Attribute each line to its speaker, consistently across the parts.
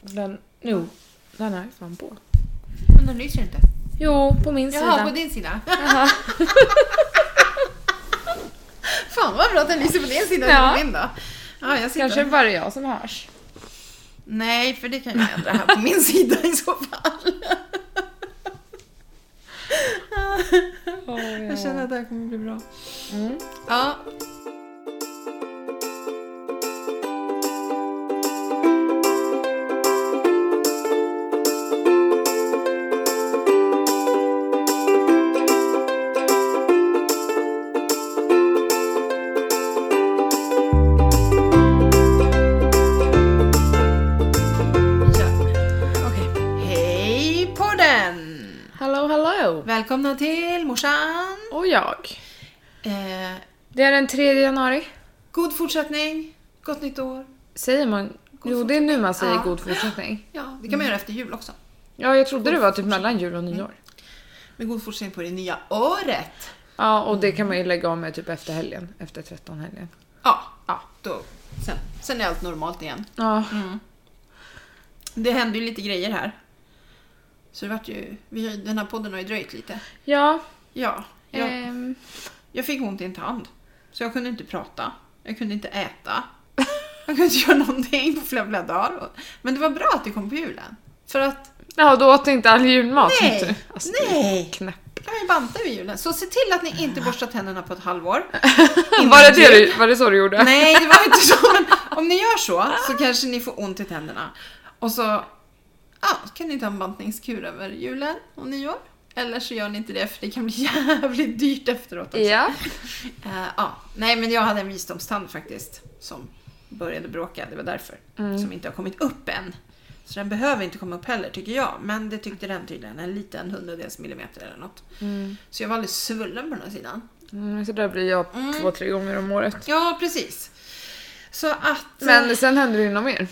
Speaker 1: Den, jo, den är fan på.
Speaker 2: Men den lyser inte.
Speaker 1: Jo, på min
Speaker 2: Jaha,
Speaker 1: sida.
Speaker 2: på din sida.
Speaker 1: Jaha.
Speaker 2: Fan vad bra att den lyser på din sida
Speaker 1: Ja.
Speaker 2: och på min då. Ja, jag sitter.
Speaker 1: Kanske bara jag som hörs.
Speaker 2: Nej, för det kan jag ändra här på min sida i så fall. Jag känner att det här kommer bli bra.
Speaker 1: Eh. Mm.
Speaker 2: Ja. Ja. Okej. Hej podden!
Speaker 1: Hallå, hallå!
Speaker 2: Välkomna till morsan!
Speaker 1: Och jag.
Speaker 2: Eh,
Speaker 1: Det är den 3 januari.
Speaker 2: god fortsättning, gott nytt år.
Speaker 1: Säger man... Jo, det är nu man säger
Speaker 2: Ja.
Speaker 1: god fortsättning.
Speaker 2: Ja, det kan man göra efter jul också.
Speaker 1: Ja, jag trodde det var typ mellan jul och nyår.
Speaker 2: Men god fortsättning på det nya året.
Speaker 1: Ja, och det kan man ju lägga av med typ efter helgen. Efter 13 helgen.
Speaker 2: Ja,
Speaker 1: Ja.
Speaker 2: då. Sen, sen är allt normalt igen.
Speaker 1: Ja,
Speaker 2: Det hände ju lite grejer här. Så det vart ju, vi, har- den här podden har ju dröjt lite.
Speaker 1: ja.
Speaker 2: Ja, jag,
Speaker 1: ehm,
Speaker 2: jag fick ont i en tand. Så jag kunde inte prata. Jag kunde inte äta. Jag kunde inte göra någonting på flera, flera dagar. Och- Men det var bra att det kom på julen. För att
Speaker 1: ja då åt inte all julmat.
Speaker 2: Nej,
Speaker 1: tyckte du? Alltså, det är
Speaker 2: nej.
Speaker 1: Knäpp.
Speaker 2: kan vi banta vid julen. Så se till att ni inte borstar tänderna på ett halvår.
Speaker 1: Var det, det,
Speaker 2: jul.
Speaker 1: du- var det så du gjorde?
Speaker 2: Nej, det var inte så. Men om ni gör så, så kanske ni får ont i tänderna. Och så ja, kan ni ta en bantningskur över julen och nyår. Eller så gör ni inte det, för det kan bli jävligt dyrt efteråt också.
Speaker 1: Ja.
Speaker 2: Eh, ja. Nej, men jag hade en visdomstand faktiskt som började bråka. Det var därför.
Speaker 1: Mm.
Speaker 2: Som inte har kommit upp än. Så den behöver inte komma upp heller, tycker jag. Men det tyckte den tydligen. En liten hundradels millimeter eller något.
Speaker 1: Mm.
Speaker 2: Så jag var alldeles svullen på den här sidan.
Speaker 1: Mm, så där blir jag
Speaker 2: Mm.
Speaker 1: två, tre gånger om året.
Speaker 2: Ja, precis. Så att... eh,
Speaker 1: Men sen hände det ju något mer.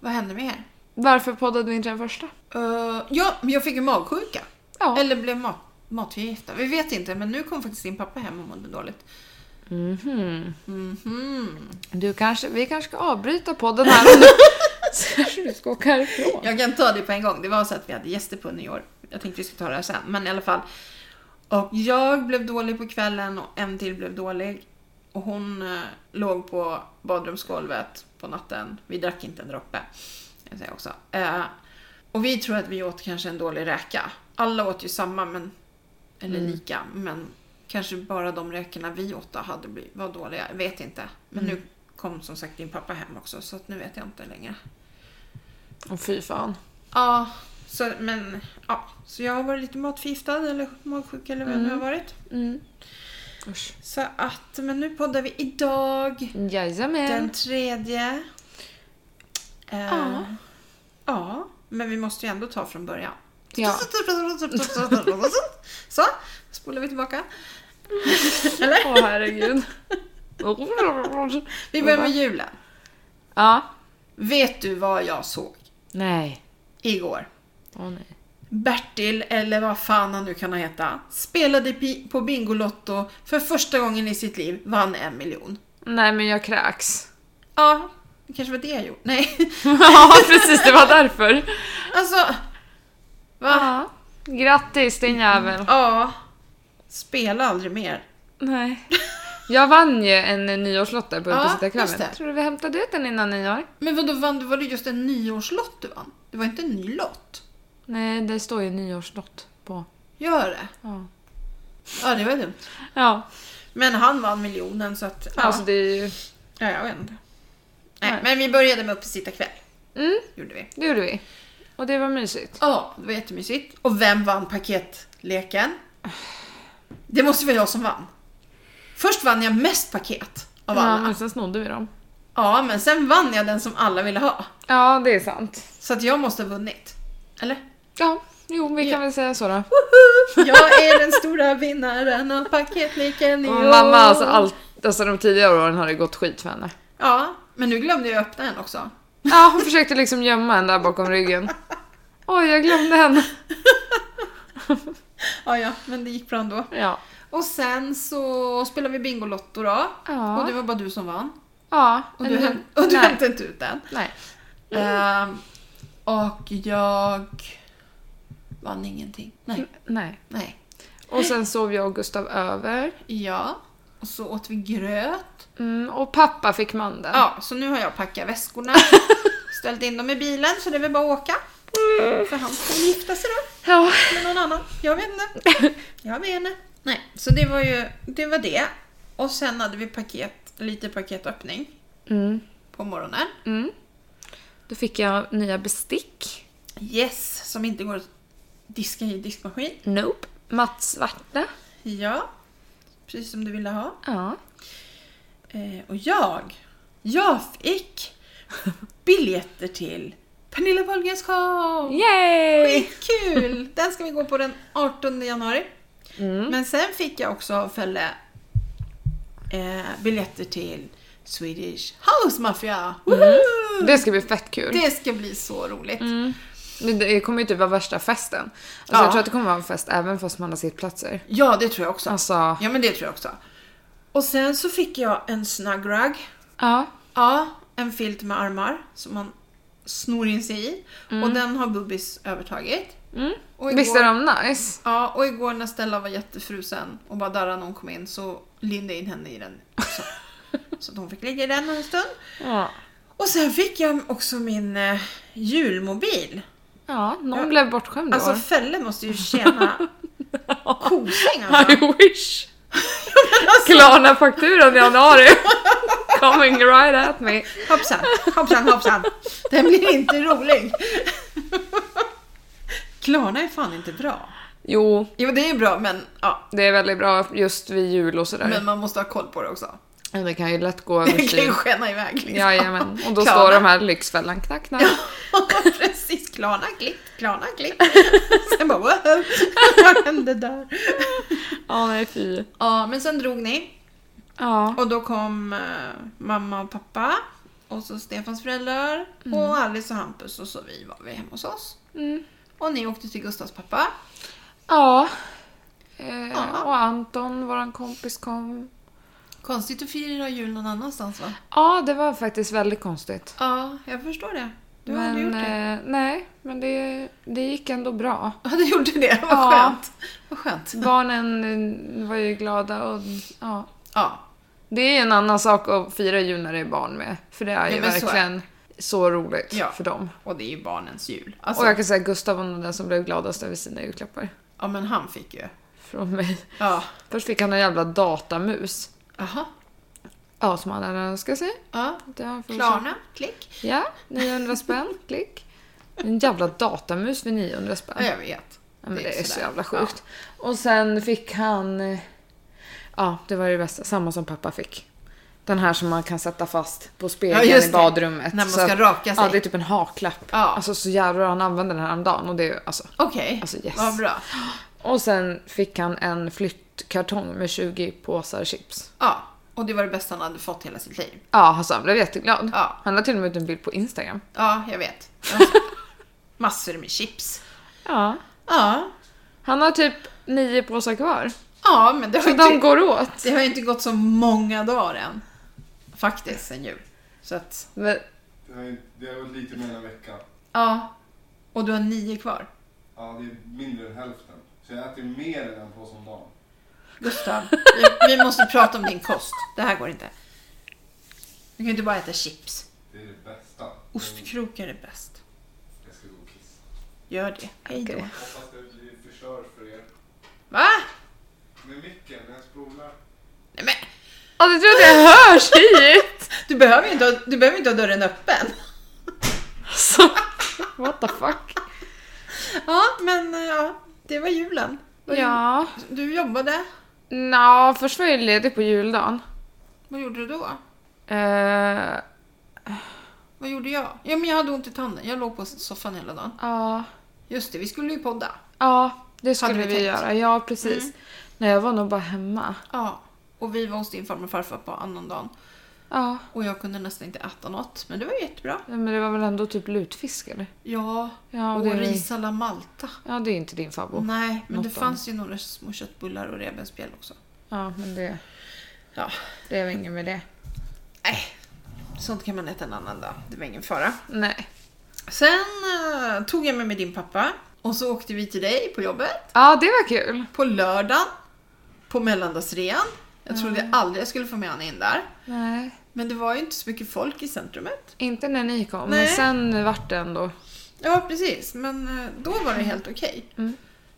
Speaker 2: Vad hände med er?
Speaker 1: Varför poddade vi inte den första?
Speaker 2: Eh, ja, men jag fick ju magsjuka.
Speaker 1: Ja.
Speaker 2: Eller blev mat, matförgiftad. Vi vet inte, men nu kom faktiskt din pappa hem och mådde dåligt.
Speaker 1: Mhm.
Speaker 2: Mhm.
Speaker 1: Du kanske, vi kanske ska avbryta podden här och nu. Så kanske du ska åka härifrån.
Speaker 2: Jag kan ta det på en gång. Det var så att vi hade gäster på nyår. Jag tänkte vi skulle ta det här sen, men i alla fall. Och jag blev dålig på kvällen och en till blev dålig. Och hon eh, låg på badrumsgolvet på natten. Vi drack inte en droppe. Jag säger också. Eh, och vi tror att vi åt kanske en dålig räka. Alla åt ju samma, men, eller lika. Men kanske bara de räkorna vi åt då hade blivit, var dåliga. Jag vet inte. Men nu kom som sagt din pappa hem också, så att nu vet jag inte längre.
Speaker 1: Och fy fan.
Speaker 2: Ja, så, men, ja, så jag har varit lite matförgiftad eller magsjuk eller vad jag nu har varit.
Speaker 1: Mm. Usch.
Speaker 2: Så att, men nu poddar vi idag
Speaker 1: Jajamän.
Speaker 2: den tredje. Eh,
Speaker 1: Ja.
Speaker 2: ja, men vi måste ju ändå ta från början.
Speaker 1: Ja.
Speaker 2: Så, spolar vi tillbaka. Eller?
Speaker 1: Åh herregud.
Speaker 2: Vi börjar med julen.
Speaker 1: Ja.
Speaker 2: Vet du vad jag såg
Speaker 1: Nej.
Speaker 2: igår?
Speaker 1: Åh nej.
Speaker 2: Bertil, eller vad fan han nu kan ha heta, spelade pi- på Bingolotto för första gången i sitt liv, vann en miljon.
Speaker 1: Nej men jag kräks.
Speaker 2: Ja, det kanske var det jag gjorde. Nej,
Speaker 1: Ja precis, det var därför.
Speaker 2: alltså... Va?
Speaker 1: Ja. Grattis din jävel.
Speaker 2: Ja. Spela aldrig mer.
Speaker 1: Nej. Jag vann ju en nyårslott där på
Speaker 2: Ja,
Speaker 1: utesittarkvällen.
Speaker 2: just det.
Speaker 1: Tror du vi hämtade ut den innan nyår?
Speaker 2: Men vadå, vann du? Var det just en nyårslott du vann? Det var inte en ny lott?
Speaker 1: Nej, det står ju nyårslott på.
Speaker 2: Gör det?
Speaker 1: Ja.
Speaker 2: Ja, det var dumt.
Speaker 1: Ja,
Speaker 2: Men han vann miljonen så att... Ja,
Speaker 1: alltså det är ju...
Speaker 2: ja jag vet inte. Nej,
Speaker 1: Nej.
Speaker 2: men vi började med uppesittarkväll.
Speaker 1: Mm,
Speaker 2: Gjorde vi.
Speaker 1: det gjorde vi. Och det var mysigt.
Speaker 2: Ja, det var jättemysigt. Och vem vann paketleken? Det måste vara jag som vann. Först vann jag mest paket av
Speaker 1: Ja,
Speaker 2: alla.
Speaker 1: men sen snodde vi dem.
Speaker 2: Ja, men sen vann jag den som alla ville ha.
Speaker 1: Ja, det är sant.
Speaker 2: Så att jag måste ha vunnit. Eller?
Speaker 1: Ja, jo, vi
Speaker 2: Ja.
Speaker 1: kan väl säga så då.
Speaker 2: Woho! Jag är den stora vinnaren av paketleken i
Speaker 1: Och
Speaker 2: år.
Speaker 1: mamma, alltså, allt, alltså de tidigare åren har det gått skit för henne.
Speaker 2: Ja, men nu glömde jag öppna den också.
Speaker 1: Ja, hon försökte liksom gömma en där bakom ryggen. Oj, jag glömde henne.
Speaker 2: Ja, ja, men det gick bra ändå.
Speaker 1: Ja.
Speaker 2: Och sen så spelade vi Bingolotto då.
Speaker 1: Ja.
Speaker 2: Och det var bara du som vann.
Speaker 1: Ja.
Speaker 2: Och du,
Speaker 1: eller-
Speaker 2: häm- och du
Speaker 1: nej,
Speaker 2: hämtade inte ut den.
Speaker 1: nej.
Speaker 2: Ehm, Och jag vann ingenting.
Speaker 1: Mm.
Speaker 2: Nej.
Speaker 1: Nej.
Speaker 2: Nej.
Speaker 1: Och sen sov jag och Gustav över.
Speaker 2: Ja. Och så åt vi gröt.
Speaker 1: Mm, och pappa fick mandeln.
Speaker 2: Ja, så nu har jag packat väskorna. Ställt in dem i bilen så det är väl bara att åka.
Speaker 1: Mm.
Speaker 2: För han ska väl gifta sig då.
Speaker 1: Ja.
Speaker 2: med någon annan. Jag vet inte. Jag vet inte. Nej, så det var ju det. Var det. Och sen hade vi paket, lite paketöppning
Speaker 1: Mm.
Speaker 2: på morgonen.
Speaker 1: Mm. Då fick jag nya bestick.
Speaker 2: Yes, som inte går att diska i diskmaskin.
Speaker 1: Nope. Mattsvarta.
Speaker 2: Ja, precis som du ville ha.
Speaker 1: Ja.
Speaker 2: Eh, och jag, jag fick biljetter till Pernilla Wahlgrens show!
Speaker 1: Yay!
Speaker 2: Kul! Den ska vi gå på den 18 januari.
Speaker 1: Mm.
Speaker 2: Men sen fick jag också av Felle eh, biljetter till Swedish House Mafia!
Speaker 1: Mm.
Speaker 2: Woho!
Speaker 1: Det ska bli fett kul.
Speaker 2: Det ska bli så roligt.
Speaker 1: Mm. Men Det kommer ju typ vara värsta festen. Alltså
Speaker 2: Ja.
Speaker 1: Jag tror att det kommer vara en fest även fast man har sittplatser.
Speaker 2: Ja, det tror jag också.
Speaker 1: Alltså,
Speaker 2: Ja, men det tror jag också. Och sen så fick jag en snug rug.
Speaker 1: ja.
Speaker 2: Ja, en filt med armar som man snor in sig i. Och den har Bubbis övertagit.
Speaker 1: Mm.
Speaker 2: Och
Speaker 1: Visst är de nice?
Speaker 2: Ja, och igår när Stella var jättefrusen och bara darrade när hon kom in så lindade jag in henne i den också. så att hon fick ligga i den en stund.
Speaker 1: Ja.
Speaker 2: Och sen fick jag också min eh, julmobil.
Speaker 1: Ja, någon blev bortskämd i
Speaker 2: Alltså
Speaker 1: år.
Speaker 2: Felle måste ju tjäna kosing alltså.
Speaker 1: I wish! Klarna-fakturan i januari. Coming right at me.
Speaker 2: Hoppsan, hoppsan, hoppsan. Den blir inte rolig. Klarna är fan inte bra.
Speaker 1: Jo,
Speaker 2: Jo, det är bra men ja,
Speaker 1: det är väldigt bra just vid jul och sådär.
Speaker 2: Men man måste ha koll på det också.
Speaker 1: Men... Det kan ju lätt gå
Speaker 2: Det kan ju
Speaker 1: överstyr.
Speaker 2: skena iväg liksom.
Speaker 1: Jajamän. Och då
Speaker 2: Klarna.
Speaker 1: står de här Lyxfällan knack, knack.
Speaker 2: Precis, Klarna klick, Klarna klick. Sen bara wow, vad hände där?
Speaker 1: Ja, nej fy.
Speaker 2: Ja, men sen drog ni
Speaker 1: Ja.
Speaker 2: och då kom eh, mamma och pappa och så Stefans föräldrar och Alice och Hampus och så vi var vi hemma hos oss.
Speaker 1: Mm.
Speaker 2: Och ni åkte till Gustavs pappa.
Speaker 1: Ja. Eh,
Speaker 2: Ja.
Speaker 1: Och Anton, våran kompis, kom.
Speaker 2: Konstigt att fira jul någon annanstans va?
Speaker 1: Ja, det var faktiskt väldigt konstigt.
Speaker 2: Ja, jag förstår det. Du
Speaker 1: men,
Speaker 2: hade gjort det.
Speaker 1: eh, nej, men det, det gick ändå bra.
Speaker 2: Ja, du gjorde eh, det. Vad
Speaker 1: ja.
Speaker 2: skönt. Vad skönt.
Speaker 1: Barnen eh, var ju glada och ja.
Speaker 2: Ja,
Speaker 1: Det är ju en annan sak att fira jul när det är barn med. För det är ju
Speaker 2: Ja, men så är det.
Speaker 1: verkligen så, roligt
Speaker 2: Ja.
Speaker 1: för dem.
Speaker 2: och det är ju barnens jul. Alltså,
Speaker 1: Och jag kan säga att Gustav var nog den som blev gladast över sina julklappar.
Speaker 2: ja men han fick ju.
Speaker 1: Från mig.
Speaker 2: Ja.
Speaker 1: Först fick han en jävla datamus.
Speaker 2: Aha.
Speaker 1: Ja, som han hade önskat sig.
Speaker 2: Ja.
Speaker 1: Det har han fått-
Speaker 2: Klarna, klick.
Speaker 1: Ja, 900 spänn. Klick. En jävla datamus för 900 spänn.
Speaker 2: Ja, jag vet.
Speaker 1: Ja, men
Speaker 2: Det
Speaker 1: det,
Speaker 2: är
Speaker 1: är så
Speaker 2: sådär.
Speaker 1: jävla sjukt. Och sen fick han... eh, Ja, det var det bästa. Samma som pappa fick. Den här som man kan sätta fast på spegeln
Speaker 2: just
Speaker 1: i
Speaker 2: det.
Speaker 1: badrummet.
Speaker 2: När man
Speaker 1: Så att-
Speaker 2: ska raka sig.
Speaker 1: Ja, det är typ en haklapp.
Speaker 2: Ja.
Speaker 1: Alltså så jävlar han använde den här om dagen och det är ju alltså...
Speaker 2: Okej,
Speaker 1: Alltså, yes.
Speaker 2: vad bra.
Speaker 1: Och sen fick han en flyttkartong med 20 påsar chips.
Speaker 2: Ja, och det var det bästa han hade fått hela sitt liv.
Speaker 1: Ja, alltså, han blev jätteglad.
Speaker 2: Ja.
Speaker 1: Han la till och med ut en bild på Instagram.
Speaker 2: Ja, jag vet. Alltså, massor med chips.
Speaker 1: Ja.
Speaker 2: Ja,
Speaker 1: Han har typ nio påsar kvar.
Speaker 2: ja men det har,
Speaker 1: Så de
Speaker 2: inte,
Speaker 1: går åt.
Speaker 2: det har ju inte gått så många dagar än. Faktiskt, sen jul. Så att,
Speaker 1: Men,
Speaker 3: Det har ju- det har varit lite mer än en vecka.
Speaker 2: ja. Och du har nio kvar.
Speaker 3: Ja, det är mindre än hälften. Så jag äter mer än en påse om dagen.
Speaker 2: Gustav, vi, vi måste prata om din kost. Det här går inte. Du kan ju inte bara äta chips.
Speaker 3: Det är det bästa. Men
Speaker 2: Ostkrokar är bäst.
Speaker 3: Jag ska gå och kissa.
Speaker 2: Gör det. Hej då.
Speaker 1: Okej.
Speaker 3: Hoppas det blir förstör för er.
Speaker 2: Va?
Speaker 3: Med micken, när jag spolar.
Speaker 2: Nej, men.
Speaker 1: ja, det tror jag att jag hörs hit!
Speaker 2: Du behöver ju inte, ha- du behöver inte ha dörren öppen.
Speaker 1: Så, what the fuck?
Speaker 2: Ja, men eh, ja, det var julen. Vad
Speaker 1: Ja,
Speaker 2: gjorde- Du jobbade.
Speaker 1: Nå, först var jag ledig på juldagen.
Speaker 2: Vad gjorde du då?
Speaker 1: Eh,
Speaker 2: Vad gjorde jag? Ja, men jag hade ont i tanden. Jag låg på soffan hela dagen.
Speaker 1: Ja,
Speaker 2: Just det, vi skulle ju podda.
Speaker 1: ja, det skulle
Speaker 2: Hade
Speaker 1: vi Mm.
Speaker 2: vi tänkt.
Speaker 1: göra. Ja, precis. Nej, jag var nog bara hemma.
Speaker 2: Ja. Och vi var hos din farmor och farfar på annandagen.
Speaker 1: Ja,
Speaker 2: Och jag kunde nästan inte äta något. Men det var ju jättebra.
Speaker 1: men det var väl ändå typ lutfisk eller?
Speaker 2: Ja,
Speaker 1: Ja,
Speaker 2: och
Speaker 1: det,
Speaker 2: ris alla Malta.
Speaker 1: ja, det är inte din favorit.
Speaker 2: Nej, men
Speaker 1: något
Speaker 2: det
Speaker 1: annat.
Speaker 2: fanns ju några små köttbullar och revbensspjäll också.
Speaker 1: Ja, men det,
Speaker 2: Ja,
Speaker 1: det är väl inget med det.
Speaker 2: nej. Sånt kan man äta en annan dag. Det var ingen fara.
Speaker 1: Nej.
Speaker 2: Sen eh, tog jag med mig din pappa och så åkte vi till dig på jobbet.
Speaker 1: Ja, det var kul.
Speaker 2: På lördagen, på mellandagsrean. Jag trodde aldrig jag skulle få med honom in där.
Speaker 1: Nej,
Speaker 2: Men det var ju inte så mycket folk i centrumet.
Speaker 1: inte när ni kom, men
Speaker 2: Nej.
Speaker 1: sen vart det ändå.
Speaker 2: Ja, precis. Men eh, då var det helt okej.
Speaker 1: Mm.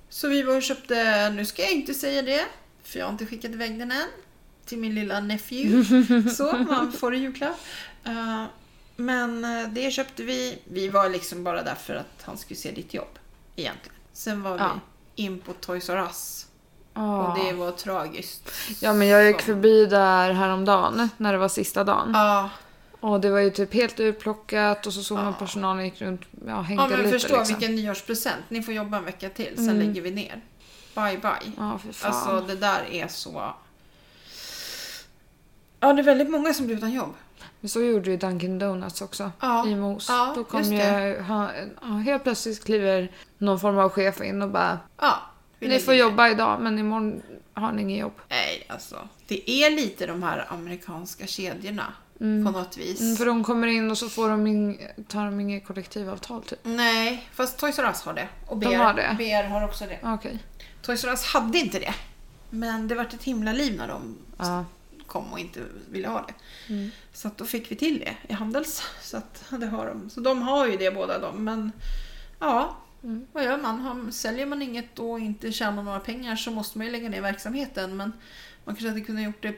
Speaker 2: Så vi var och köpte, nu ska jag inte säga det, för jag har inte skickat iväg den än, till min lilla nephew. så, man får i julklapp. Eh, men eh, det köpte vi. Vi var liksom bara där för att han skulle se ditt jobb, egentligen. Sen var
Speaker 1: Ja.
Speaker 2: vi in på Toys R Us
Speaker 1: Ja.
Speaker 2: och det var tragiskt.
Speaker 1: ja, men jag gick
Speaker 2: Som-
Speaker 1: förbi där häromdagen när det var sista dagen.
Speaker 2: Ja,
Speaker 1: Och det var ju typ helt utplockat och så såg man
Speaker 2: Ja.
Speaker 1: personalen gick runt ja, hängde
Speaker 2: ja men
Speaker 1: lite
Speaker 2: förstå
Speaker 1: liksom.
Speaker 2: vilken nyårspresent. Ni får jobba en vecka till, sen lägger vi ner. Bye bye.
Speaker 1: Ja, för fan.
Speaker 2: Alltså det där är så... Ja, det är väldigt många som blir utan jobb.
Speaker 1: Men så gjorde ju Dunkin Donuts också
Speaker 2: Ja.
Speaker 1: i Mos.
Speaker 2: Ja,
Speaker 1: Då kom
Speaker 2: just
Speaker 1: ju, han, ja, helt plötsligt kliver någon form av chef in och bara
Speaker 2: Ja. vi
Speaker 1: Ni
Speaker 2: lägger
Speaker 1: får
Speaker 2: ner.
Speaker 1: jobba idag men imorgon har ni inget jobb.
Speaker 2: Nej, alltså. Det är lite de här amerikanska kedjorna på något vis.
Speaker 1: Mm, för de kommer in och så får de in, tar de inget kollektivavtal typ.
Speaker 2: Nej, fast Toys R Us har det. Och BR,
Speaker 1: De har det.
Speaker 2: BR har också det.
Speaker 1: Ja, Okej.
Speaker 2: Toys R Us hade inte det. Men det vart ett himla liv när de
Speaker 1: Ja.
Speaker 2: kom och inte ville ha det. Så att då fick vi till det i Handels. Så att det har de. Så de har ju det båda de. Men ja, Mm. vad gör man? Har- Säljer man inget och inte tjänar några pengar så måste man ju lägga ner verksamheten. Men man kanske hade kunnat gjort det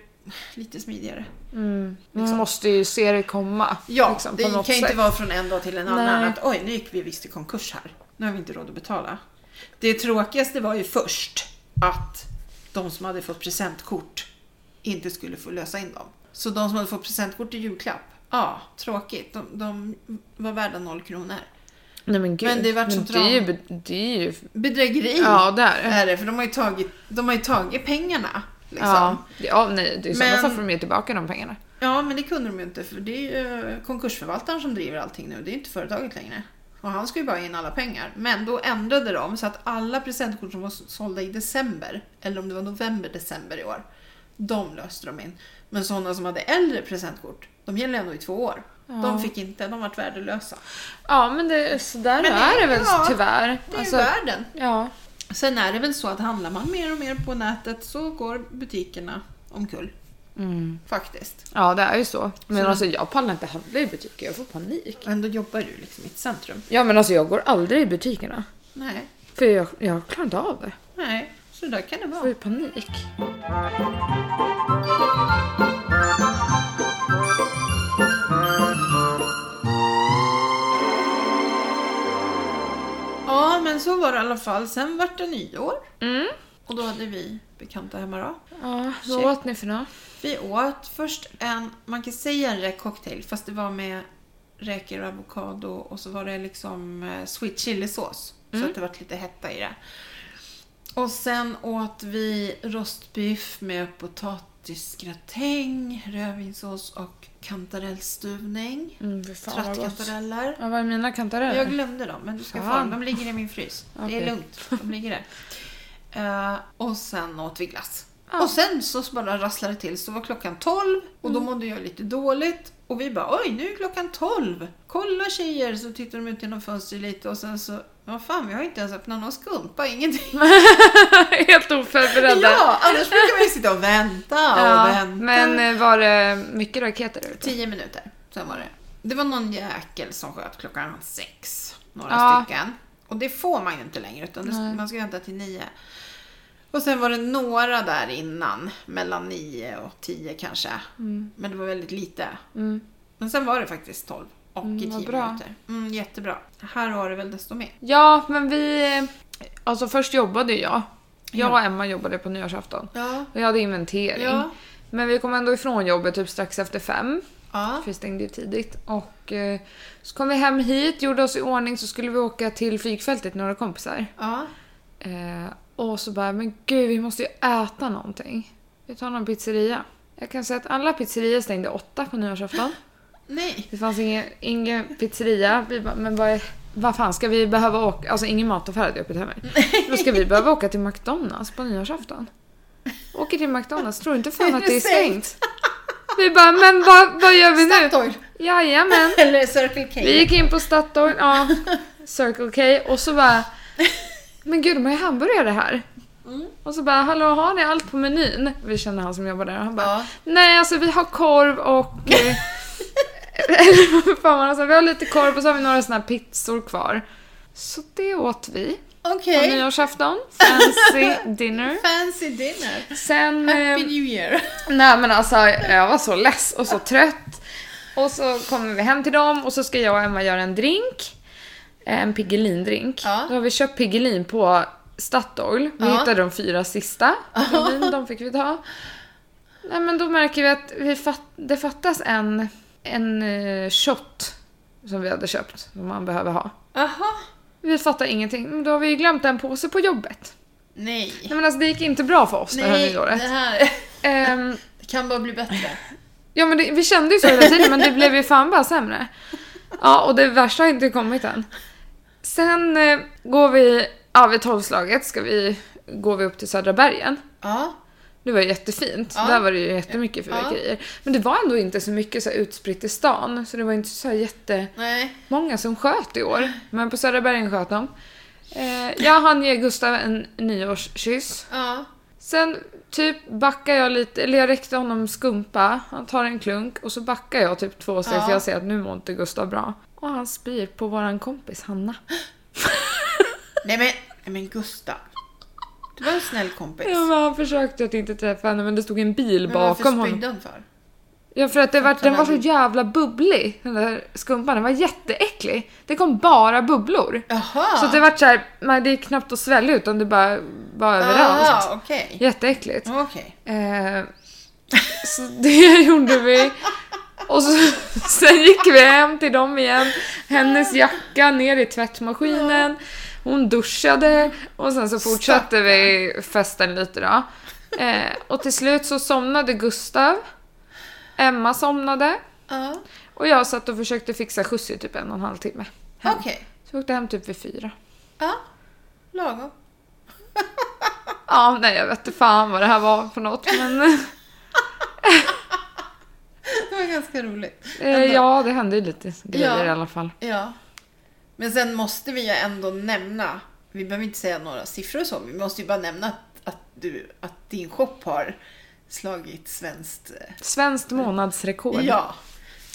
Speaker 2: lite smidigare.
Speaker 1: Mm. Man
Speaker 2: Liksom.
Speaker 1: måste ju se det komma.
Speaker 2: Ja,
Speaker 1: liksom,
Speaker 2: det
Speaker 1: på
Speaker 2: kan ju
Speaker 1: något
Speaker 2: inte
Speaker 1: sätt.
Speaker 2: vara från en dag till en annan
Speaker 1: Nej.
Speaker 2: att oj, nu gick vi visst i konkurs här. Nu har vi inte råd att betala. Det tråkigaste var ju först att de som hade fått presentkort inte skulle få lösa in dem. Så de som hade fått presentkort i julklapp, ja, tråkigt. De, de var värda noll kronor.
Speaker 1: Nej men gud.
Speaker 2: Men det vart sånt
Speaker 1: det är ju... be- Det är ju
Speaker 2: Bedrägeri
Speaker 1: ja, det är det.
Speaker 2: är det, för de har ju tagit, de har ju tagit pengarna. Liksom.
Speaker 1: Ja. ja, nej. Det är I sådana
Speaker 2: Men-
Speaker 1: fall får de ju tillbaka de pengarna.
Speaker 2: Ja, men det kunde de ju inte för det är ju eh, konkursförvaltaren som driver allting nu. Det är inte företaget längre. Och han ska ju bara in alla pengar. Men då ändrade de så att alla presentkort som var sålda i december, eller om det var november, december i år, de löste de in. Men sådana som hade äldre presentkort, de gäller ändå i två år. De fick inte, de vart värdelösa.
Speaker 1: Ja, men det, så där
Speaker 2: Men det-
Speaker 1: är det väl
Speaker 2: ja,
Speaker 1: tyvärr.
Speaker 2: Det är
Speaker 1: Alltså,
Speaker 2: ju världen.
Speaker 1: ja.
Speaker 2: Sen är det väl så att handlar man mer och mer på nätet så går butikerna omkull. Mm. Faktiskt.
Speaker 1: ja, det är ju så. Men
Speaker 2: Så-
Speaker 1: alltså jag pallar inte handla i butiker, jag får panik.
Speaker 2: Ändå jobbar du liksom i ett centrum.
Speaker 1: Ja, men alltså jag går aldrig i butikerna.
Speaker 2: Nej,
Speaker 1: För jag, jag klarar inte av det.
Speaker 2: nej. Så där kan det vara.
Speaker 1: Jag får ju panik.
Speaker 2: Ja, men så var det i alla fall. Sen vart det nyår
Speaker 1: Mm.
Speaker 2: och då hade vi bekanta hemma då.
Speaker 1: Ja, vad
Speaker 2: Shit.
Speaker 1: åt ni för något?
Speaker 2: Vi åt först en, man kan säga en räkcocktail, fast det var med räkor och avokado och så var det liksom eh, sweet chili-sås.
Speaker 1: Mm.
Speaker 2: Så att det vart lite hetta i det. Och sen åt vi rostbiff med potatisgratäng, rödvinssås och kantarellstuvning.
Speaker 1: Mm, för fan vad gott.
Speaker 2: Trattkantareller.
Speaker 1: Ja, var är mina kantareller?
Speaker 2: Jag glömde dem, men du ska få
Speaker 1: Fan.
Speaker 2: dem. De ligger i min frys. Det
Speaker 1: Okej.
Speaker 2: är lugnt. De ligger där. Eh, och sen åt vi glass.
Speaker 1: Ja.
Speaker 2: Och sen så bara rasslade det till, så var klockan 12 och
Speaker 1: Mm.
Speaker 2: då mådde jag lite dåligt. Och vi bara oj, nu är klockan 12. Kolla tjejer! Så tittade de ut genom fönstret lite och sen så, vad fan vi har inte ens öppnat någon skumpa, ingenting.
Speaker 1: Helt oförberedda.
Speaker 2: Ja, annars brukar man ju sitta och vänta och
Speaker 1: Ja,
Speaker 2: vänta.
Speaker 1: men eh, var det mycket raketer där ute?
Speaker 2: 10 minuter, sen var det. Det var någon jäkel som sköt klockan sex, några
Speaker 1: Ja.
Speaker 2: stycken. Och det får man ju inte längre, utan det,
Speaker 1: Nej.
Speaker 2: man ska vänta till nio. Och sen var det några där innan, mellan nio och tio kanske. Men det var väldigt lite.
Speaker 1: Mm.
Speaker 2: Men sen var det faktiskt 12 och
Speaker 1: Mm,
Speaker 2: i
Speaker 1: vad
Speaker 2: 10
Speaker 1: bra.
Speaker 2: minuter. Mm, jättebra. Här var det väl desto mer.
Speaker 1: Ja, men vi... eh, Alltså först jobbade jag. Jag
Speaker 2: Ja.
Speaker 1: och Emma jobbade på nyårsafton.
Speaker 2: Ja.
Speaker 1: Och jag hade inventering.
Speaker 2: Ja.
Speaker 1: Men vi kom ändå ifrån jobbet typ strax efter fem.
Speaker 2: Ja.
Speaker 1: För vi stängde ju tidigt. Och eh, så kom vi hem hit, gjorde oss i ordning så skulle vi åka till flygfältet några kompisar.
Speaker 2: Ja.
Speaker 1: Eh, och så bara, men gud vi måste ju äta någonting. Vi tar någon pizzeria. Jag kan säga att alla pizzerior stängde åtta på nyårsafton.
Speaker 2: Nej.
Speaker 1: Det fanns ingen, ingen pizzeria. Vi bara, men vad, är- vad fan ska vi behöva åka? Alltså ingen mataffär hade öppet heller. Då ska vi behöva åka till McDonalds på nyårsafton. Åker till McDonalds, tror inte fan att det är stängt. Vi bara, men vad, vad gör vi nu?
Speaker 2: Statoil.
Speaker 1: Jajamän.
Speaker 2: Eller Circle K.
Speaker 1: Vi gick in på Statoil, ja, Circle K och så bara Men gud, de har ju hamburgare här.
Speaker 2: Mm.
Speaker 1: Och så bara, hallå har ni allt på menyn? Vi känner han som jobbar där och han bara,
Speaker 2: Ja.
Speaker 1: nej alltså vi har korv och eh, eller vad fan man sa, vi har lite korv och så har vi några såna här pizzor kvar. Så det åt vi på
Speaker 2: Okej.
Speaker 1: nyårsafton, fancy dinner.
Speaker 2: Fancy dinner.
Speaker 1: Sen, eh,
Speaker 2: Happy New Year.
Speaker 1: nej men alltså jag var så less och så trött. Och så kommer vi hem till dem och så ska jag och Emma göra en drink. Eh, En Piggelindrink.
Speaker 2: Ja.
Speaker 1: Då har vi köpt Piggelin på Statoil. Vi
Speaker 2: Ja.
Speaker 1: hittade de fyra sista. Piggelin, de fick vi ta. Nej men då märker vi att vi fat- det fattas en, en eh, shot som vi hade köpt, som man behöver ha.
Speaker 2: Aha.
Speaker 1: Vi fattar ingenting. Men Då har vi ju glömt en påse på jobbet.
Speaker 2: Nej.
Speaker 1: Nej men alltså det gick inte bra för oss det här
Speaker 2: Nej, det
Speaker 1: nyåret.
Speaker 2: här
Speaker 1: Ehm,
Speaker 2: det kan bara bli bättre.
Speaker 1: Ja men det, vi kände ju så hela tiden men det blev ju fan bara sämre. Ja och det värsta har inte kommit än. Sen eh, går vi, ja vid tolvslaget ska vi, går vi upp till Södra bergen.
Speaker 2: Ja.
Speaker 1: Det var ju jättefint.
Speaker 2: Ja.
Speaker 1: Där var det ju jättemycket fyrverkerier. Men det var ändå inte så mycket så här utspritt i stan så det var inte så här jättemånga
Speaker 2: Nej.
Speaker 1: som sköt i år. Men på Södra bergen sköt de. Eh, jag hann ge Gustav en nyårskyss.
Speaker 2: Ja.
Speaker 1: Sen typ backar jag lite, eller jag räckte honom skumpa, han tar en klunk och så backar jag typ två steg
Speaker 2: Ja.
Speaker 1: för jag ser att nu mår inte Gustav bra. Och han spyr på våran kompis Hanna.
Speaker 2: Nej men, nej men Gustav. Du var en snäll kompis.
Speaker 1: Ja, men han försökte att inte träffa henne men det stod en bil
Speaker 2: Men
Speaker 1: bakom
Speaker 2: varför
Speaker 1: honom.
Speaker 2: spydde han för?
Speaker 1: Ja för att det var, den var så
Speaker 2: Sån
Speaker 1: jävla bubblig, den där skumpan. Den var jätteäcklig. Det kom bara bubblor.
Speaker 2: Jaha.
Speaker 1: Så det var så här, man, det är knappt att svälja utan det bara var överallt.
Speaker 2: Ah, okej.
Speaker 1: Jätteäckligt.
Speaker 2: Okej.
Speaker 1: Eh, så det gjorde vi. Och så, sen gick vi hem till dem igen. Hennes jacka ner i tvättmaskinen. Hon duschade och sen så fortsatte vi festen lite då. Eh, och till slut så somnade Gustav. Emma somnade.
Speaker 2: Ja.
Speaker 1: Och jag satt och försökte fixa skjuts i typ en och en halv timme. hem.
Speaker 2: Okej.
Speaker 1: Så vi åkte hem typ vid fyra.
Speaker 2: Ja. Lagom.
Speaker 1: Ja, nej jag vet inte fan vad det här var för något men... eh,
Speaker 2: Det var ganska roligt.
Speaker 1: Eh, ja, det hände ju lite grejer
Speaker 2: Ja.
Speaker 1: i alla fall.
Speaker 2: Ja. Men sen måste vi ju ändå nämna, vi behöver inte säga några siffror och så, vi måste ju bara nämna att, att, du, att din shop har slagit svenskt... eh,
Speaker 1: Svenskt månadsrekord.
Speaker 2: Ja.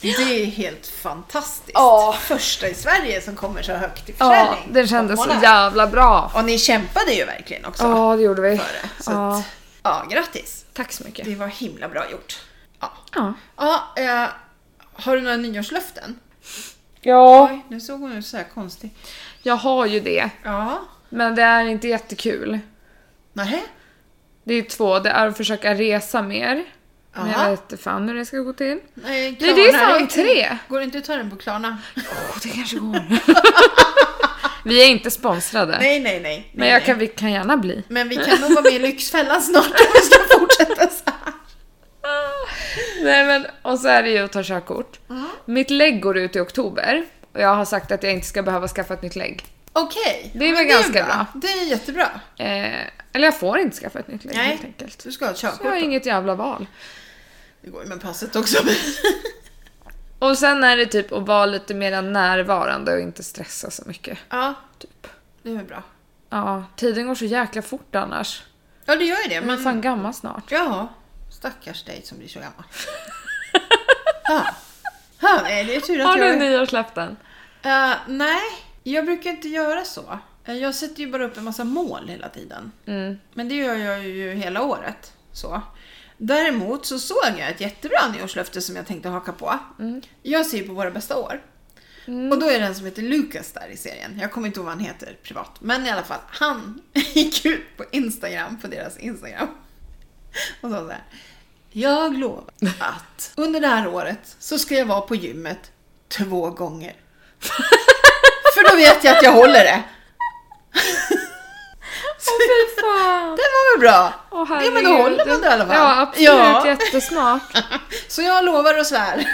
Speaker 2: Det är helt fantastiskt.
Speaker 1: Ja.
Speaker 2: Första i Sverige som kommer så högt i
Speaker 1: ja
Speaker 2: försäljning.
Speaker 1: det kändes
Speaker 2: på
Speaker 1: så
Speaker 2: månad.
Speaker 1: jävla bra.
Speaker 2: Och ni kämpade ju verkligen också
Speaker 1: Ja, det gjorde vi.
Speaker 2: för det. Så
Speaker 1: Ja,
Speaker 2: att, ja, grattis.
Speaker 1: tack så mycket.
Speaker 2: Det var himla bra gjort. Ja.
Speaker 1: Ja.
Speaker 2: ja eh, har du några nyårslöften?
Speaker 1: ja,
Speaker 2: Oj, nu såg hon ut så här konstig.
Speaker 1: jag har ju det.
Speaker 2: Ja.
Speaker 1: Men det är inte jättekul.
Speaker 2: Nähä?
Speaker 1: Det är två, det är att försöka resa mer. Men
Speaker 2: Aha.
Speaker 1: jag vet inte fan hur det ska gå till.
Speaker 2: Nej,
Speaker 1: Nej, det är
Speaker 2: Klarna,
Speaker 1: fan tre!
Speaker 2: Går det inte att ta den på Klarna?
Speaker 1: Oh, det kanske går. vi är inte sponsrade.
Speaker 2: Nej, nej, nej.
Speaker 1: men
Speaker 2: nej,
Speaker 1: jag
Speaker 2: nej.
Speaker 1: kan, vi kan gärna bli.
Speaker 2: men vi kan nog vara med i Lyxfällan snart om vi ska fortsätta så här.
Speaker 1: Nej men, och så är det ju att ta körkort. Mitt lägg går ut i oktober. Och jag har sagt att jag inte ska behöva skaffa ett nytt lägg.
Speaker 2: Okej.
Speaker 1: Det är
Speaker 2: men
Speaker 1: väl
Speaker 2: ju
Speaker 1: ganska bra.
Speaker 2: Det är jättebra.
Speaker 1: Eh, eller jag får inte skaffa ett nytt lägg
Speaker 2: Nej.
Speaker 1: helt enkelt.
Speaker 2: Du ska ha ett
Speaker 1: Så jag har
Speaker 2: körkort.
Speaker 1: inget jävla val.
Speaker 2: Det går ju med passet också.
Speaker 1: Och sen är det typ att vara lite mer närvarande och inte stressa så mycket.
Speaker 2: ja, typ. Det är väl bra.
Speaker 1: Ja, tiden går så jäkla fort annars.
Speaker 2: Ja, det gör ju det.
Speaker 1: Jag är
Speaker 2: Men
Speaker 1: fan gammal snart.
Speaker 2: Mm. Jaha, stackars dig som blir så gammal. ja. ja, nej, det är tur
Speaker 1: Har
Speaker 2: att
Speaker 1: du
Speaker 2: jag...
Speaker 1: nyårslöften?
Speaker 2: Eh, nej, jag brukar inte göra så. Eh, Jag sätter ju bara upp en massa mål hela tiden.
Speaker 1: Mm.
Speaker 2: Men det gör jag ju hela året. Så. Däremot så såg jag ett jättebra nyårslöfte som jag tänkte haka på. Jag ser ju på Våra bästa år. Och då är det en som heter Lucas där i serien. Jag kommer inte ihåg vad han heter privat. Men i alla fall, han gick ut på Instagram, på deras Instagram. Och sa så här. Jag lovar att under det här året så ska jag vara på gymmet två gånger. För då vet jag att jag håller det.
Speaker 1: Åh fy fan!
Speaker 2: Det var väl bra?
Speaker 1: Åh,
Speaker 2: ja men då
Speaker 1: herregud.
Speaker 2: håller man det i alla fall.
Speaker 1: Ja, absolut.
Speaker 2: Ja.
Speaker 1: Jättesmart.
Speaker 2: Så jag lovar och svär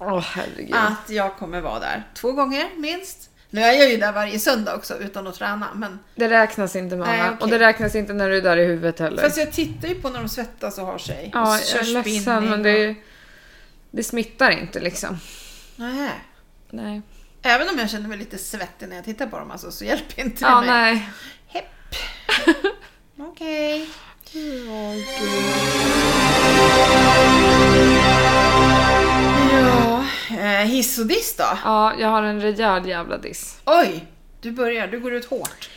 Speaker 1: Åh herregud.
Speaker 2: att jag kommer vara där två gånger minst. Nu är jag ju där varje söndag också utan att träna. Men...
Speaker 1: Det räknas inte Mamma.
Speaker 2: Nej, okej.
Speaker 1: Och det räknas inte när du är där i huvudet heller.
Speaker 2: Fast jag tittar ju på när de svettas och har sig.
Speaker 1: ja,
Speaker 2: och
Speaker 1: jag är
Speaker 2: spinning
Speaker 1: ledsen men
Speaker 2: och-
Speaker 1: det är, Det smittar inte liksom.
Speaker 2: Nej.
Speaker 1: Nej.
Speaker 2: Även om jag känner mig lite svettig när jag tittar på dem alltså, så hjälper inte det
Speaker 1: Ja,
Speaker 2: mig.
Speaker 1: nej.
Speaker 2: Hepp. Okej. Ja, eh, hiss och diss då?
Speaker 1: Ja, jag har en rejäl jävla diss.
Speaker 2: Oj! Du börjar, du går ut hårt.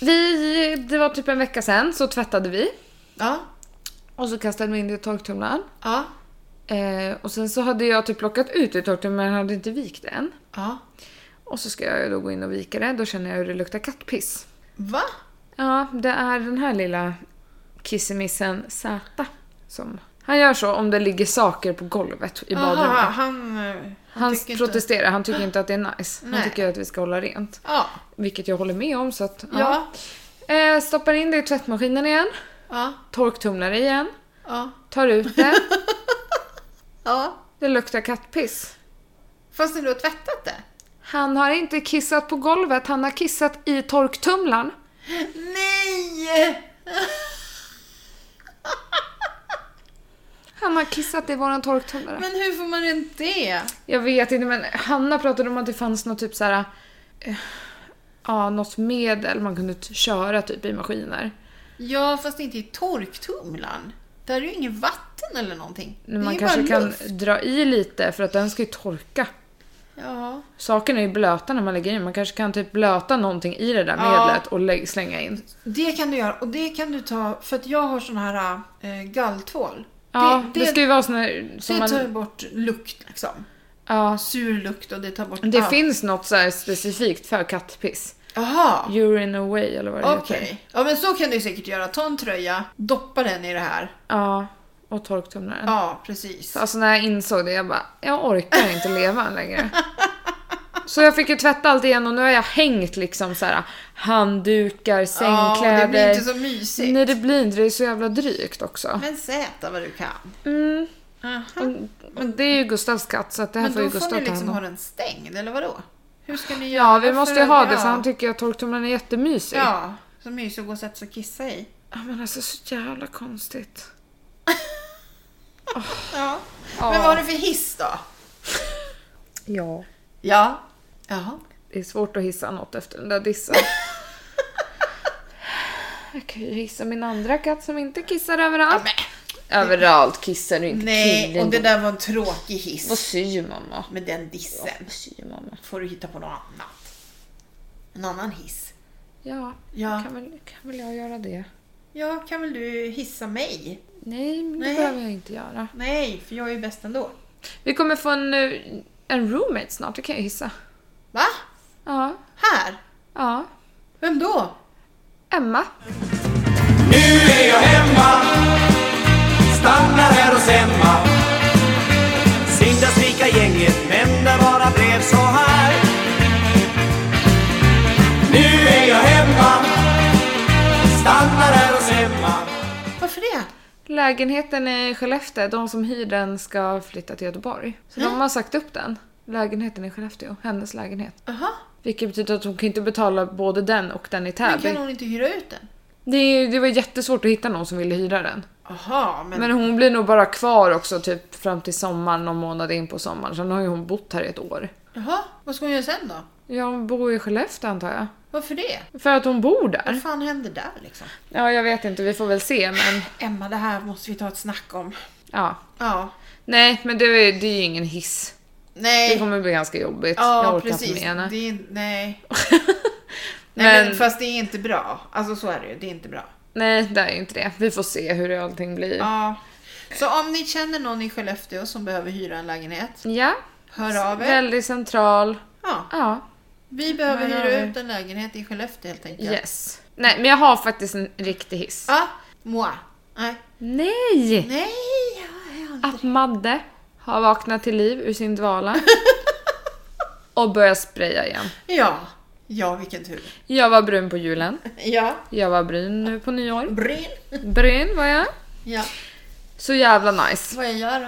Speaker 1: Vi, det var typ en vecka sedan så tvättade vi
Speaker 2: Ja,
Speaker 1: och så kastade vi in det i torktumlaren.
Speaker 2: ja,
Speaker 1: Eh, och sen så hade jag typ plockat ut det i torktumlaren men hade inte vikt det än.
Speaker 2: ja.
Speaker 1: Och så ska jag ju då gå in och vika det. Då känner jag hur det luktar kattpiss.
Speaker 2: Va?
Speaker 1: Ja, det är den här lilla kissemissen Z som... Han gör så om det ligger saker på golvet i badrummet.
Speaker 2: Aha, han... eh, Han,
Speaker 1: Han
Speaker 2: tycker inte-
Speaker 1: protesterar, han tycker inte att det är nice. Han
Speaker 2: Nej.
Speaker 1: tycker att vi ska hålla rent.
Speaker 2: Ja,
Speaker 1: Vilket jag håller med om så att... Ja.
Speaker 2: ja,
Speaker 1: Eh, stoppar in det i tvättmaskinen igen.
Speaker 2: ja,
Speaker 1: Torktumlar igen.
Speaker 2: ja,
Speaker 1: Tar ut det.
Speaker 2: ja.
Speaker 1: Det luktar kattpiss.
Speaker 2: Fast när du har tvättat det?
Speaker 1: Han har inte kissat på golvet, han har kissat i torktumlaren.
Speaker 2: Nej!
Speaker 1: Han har kissat i våran torktumlare.
Speaker 2: Men hur får man rent det?
Speaker 1: Jag vet inte men Hanna pratade om att det fanns något typ såhär... eh, Ja, något medel man kunde t- köra typ i maskiner.
Speaker 2: Ja, fast inte i torktumlaren. Där är ju inget vatten eller någonting.
Speaker 1: Men
Speaker 2: det är
Speaker 1: Man
Speaker 2: ju
Speaker 1: kanske
Speaker 2: bara
Speaker 1: kan
Speaker 2: luft.
Speaker 1: dra i lite för att den ska ju torka.
Speaker 2: Ja.
Speaker 1: Sakerna är ju blöta när man lägger in. Man kanske kan typ blöta någonting i det där
Speaker 2: Ja.
Speaker 1: medlet och lä- slänga in.
Speaker 2: Det kan du göra och det kan du ta för att jag har sån här eh, galltvål.
Speaker 1: Ja, det,
Speaker 2: det,
Speaker 1: ska ju vara såna som
Speaker 2: det typ-
Speaker 1: man...
Speaker 2: tar bort lukt liksom.
Speaker 1: Ja,
Speaker 2: Sur lukt och det tar bort
Speaker 1: det
Speaker 2: allt.
Speaker 1: finns något så här specifikt för kattpiss.
Speaker 2: Jaha,
Speaker 1: Urine away eller vad det
Speaker 2: okej.
Speaker 1: heter.
Speaker 2: Ja men så kan du säkert göra. Ta en tröja, doppa den i det här.
Speaker 1: Ja, och torktumlaren.
Speaker 2: Ja, precis.
Speaker 1: Alltså när jag insåg det, jag bara, jag orkar inte leva längre. Så jag fick ju tvätta allt igen och nu har jag hängt liksom så här handdukar, sängkläder.
Speaker 2: Ja, och det blir inte så mysigt.
Speaker 1: Nej det blir inte det, är så jävla drygt också.
Speaker 2: Men säta vad du kan.
Speaker 1: Mm.
Speaker 2: Aha.
Speaker 1: Men det är ju Gustavs katt så att det här
Speaker 2: Men
Speaker 1: får ju
Speaker 2: då får
Speaker 1: Gustav
Speaker 2: ni
Speaker 1: ta hand
Speaker 2: liksom ha
Speaker 1: om.
Speaker 2: den stängd, eller vadå? Hur ska ni göra?
Speaker 1: Ja vi måste ju
Speaker 2: för-
Speaker 1: ha det för
Speaker 2: ja.
Speaker 1: han tycker att torktumlaren är jättemysig. Ja.
Speaker 2: Ja, så mysigt att gå och sätta sig och kissa i.
Speaker 1: Men alltså så jävla konstigt.
Speaker 2: Ja.
Speaker 1: Ja.
Speaker 2: Men vad har du för hiss då?
Speaker 1: Ja.
Speaker 2: Ja. Jaha.
Speaker 1: Det är svårt att hissa något efter den där dissen. Jag kan ju hissa min andra katt som inte kissar överallt. Överallt kissar du inte.
Speaker 2: Nej,
Speaker 1: killen.
Speaker 2: och det där var en tråkig
Speaker 1: Vad
Speaker 2: hiss.
Speaker 1: syr mamma?
Speaker 2: Med den dissen
Speaker 1: Vad syr mamma?
Speaker 2: får du hitta på något annat. En annan hiss.
Speaker 1: Ja,
Speaker 2: Ja.
Speaker 1: Kan, väl, kan väl jag göra det?
Speaker 2: Ja, kan väl du hissa mig?
Speaker 1: Nej, men det
Speaker 2: Nej.
Speaker 1: behöver jag inte göra.
Speaker 2: Nej, för jag är ju bäst ändå.
Speaker 1: Vi kommer få en, eh, en roommate snart, det kan jag hissa.
Speaker 2: Va?
Speaker 1: Ja,
Speaker 2: Här?
Speaker 1: ja.
Speaker 2: Vem då?
Speaker 1: Emma.
Speaker 4: Nu är jag hemma Stannar här hos Emma Sindas lika gänget men där bara blev så här Nu är jag hemma Stannar här hos Emma
Speaker 2: Varför det?
Speaker 1: Lägenheten i Skellefteå, de som hyr den ska flytta till Göteborg. Så
Speaker 2: Mm.
Speaker 1: de har sagt upp den. Lägenheten i Skellefteå, hennes lägenhet.
Speaker 2: Jaha,
Speaker 1: Vilket betyder att hon kan inte betala både den och den i
Speaker 2: men
Speaker 1: Täby.
Speaker 2: kan hon inte hyra ut den?
Speaker 1: Det, det var jättesvårt att hitta någon som ville hyra den.
Speaker 2: Jaha, men...
Speaker 1: Men hon blir nog bara kvar också typ fram till sommaren, någon månad in på sommaren. Sen har ju hon bott här i ett år.
Speaker 2: Jaha, vad ska hon göra sen då?
Speaker 1: Ja, hon bor i Skellefteå antar jag.
Speaker 2: Varför det?
Speaker 1: För att hon bor där.
Speaker 2: Vad fan händer där liksom?
Speaker 1: Ja, jag vet inte, vi får väl se men
Speaker 2: Emma, det här måste vi ta ett snack om.
Speaker 1: ja.
Speaker 2: Ja.
Speaker 1: Nej, men det, är- det är ju ingen hiss. Det
Speaker 2: Nej.
Speaker 1: kommer bli ganska jobbigt. jag
Speaker 2: Ja,
Speaker 1: orkar
Speaker 2: precis.
Speaker 1: inte med henne.
Speaker 2: Det är, nej. nej
Speaker 1: Men-
Speaker 2: men, fast det är inte bra. Alltså så är det ju, det är inte bra.
Speaker 1: Nej, det är ju inte det. Vi får se hur allting blir. Ja,
Speaker 2: Ja. Så om ni känner någon i Skellefteå som behöver hyra en lägenhet, hör av er.
Speaker 1: väldigt central.
Speaker 2: Ja,
Speaker 1: Ja,
Speaker 2: vi behöver
Speaker 1: Hör av
Speaker 2: hyra
Speaker 1: er.
Speaker 2: ut en lägenhet i Skellefteå helt enkelt.
Speaker 1: yes. Nej, men jag har faktiskt en riktig hiss.
Speaker 2: Ja, moi. Nej.
Speaker 1: Nej!
Speaker 2: Nej, ja, ja.
Speaker 1: Att Madde har vaknat till liv ur sin dvala och börjar spraya igen.
Speaker 2: ja. Ja, vilken tur.
Speaker 1: Jag var brun på julen.
Speaker 2: Ja.
Speaker 1: Jag var brun nu på nyår.
Speaker 2: Bryn.
Speaker 1: Brun var jag.
Speaker 2: Ja.
Speaker 1: Så jävla nice.
Speaker 2: Vad jag gör då?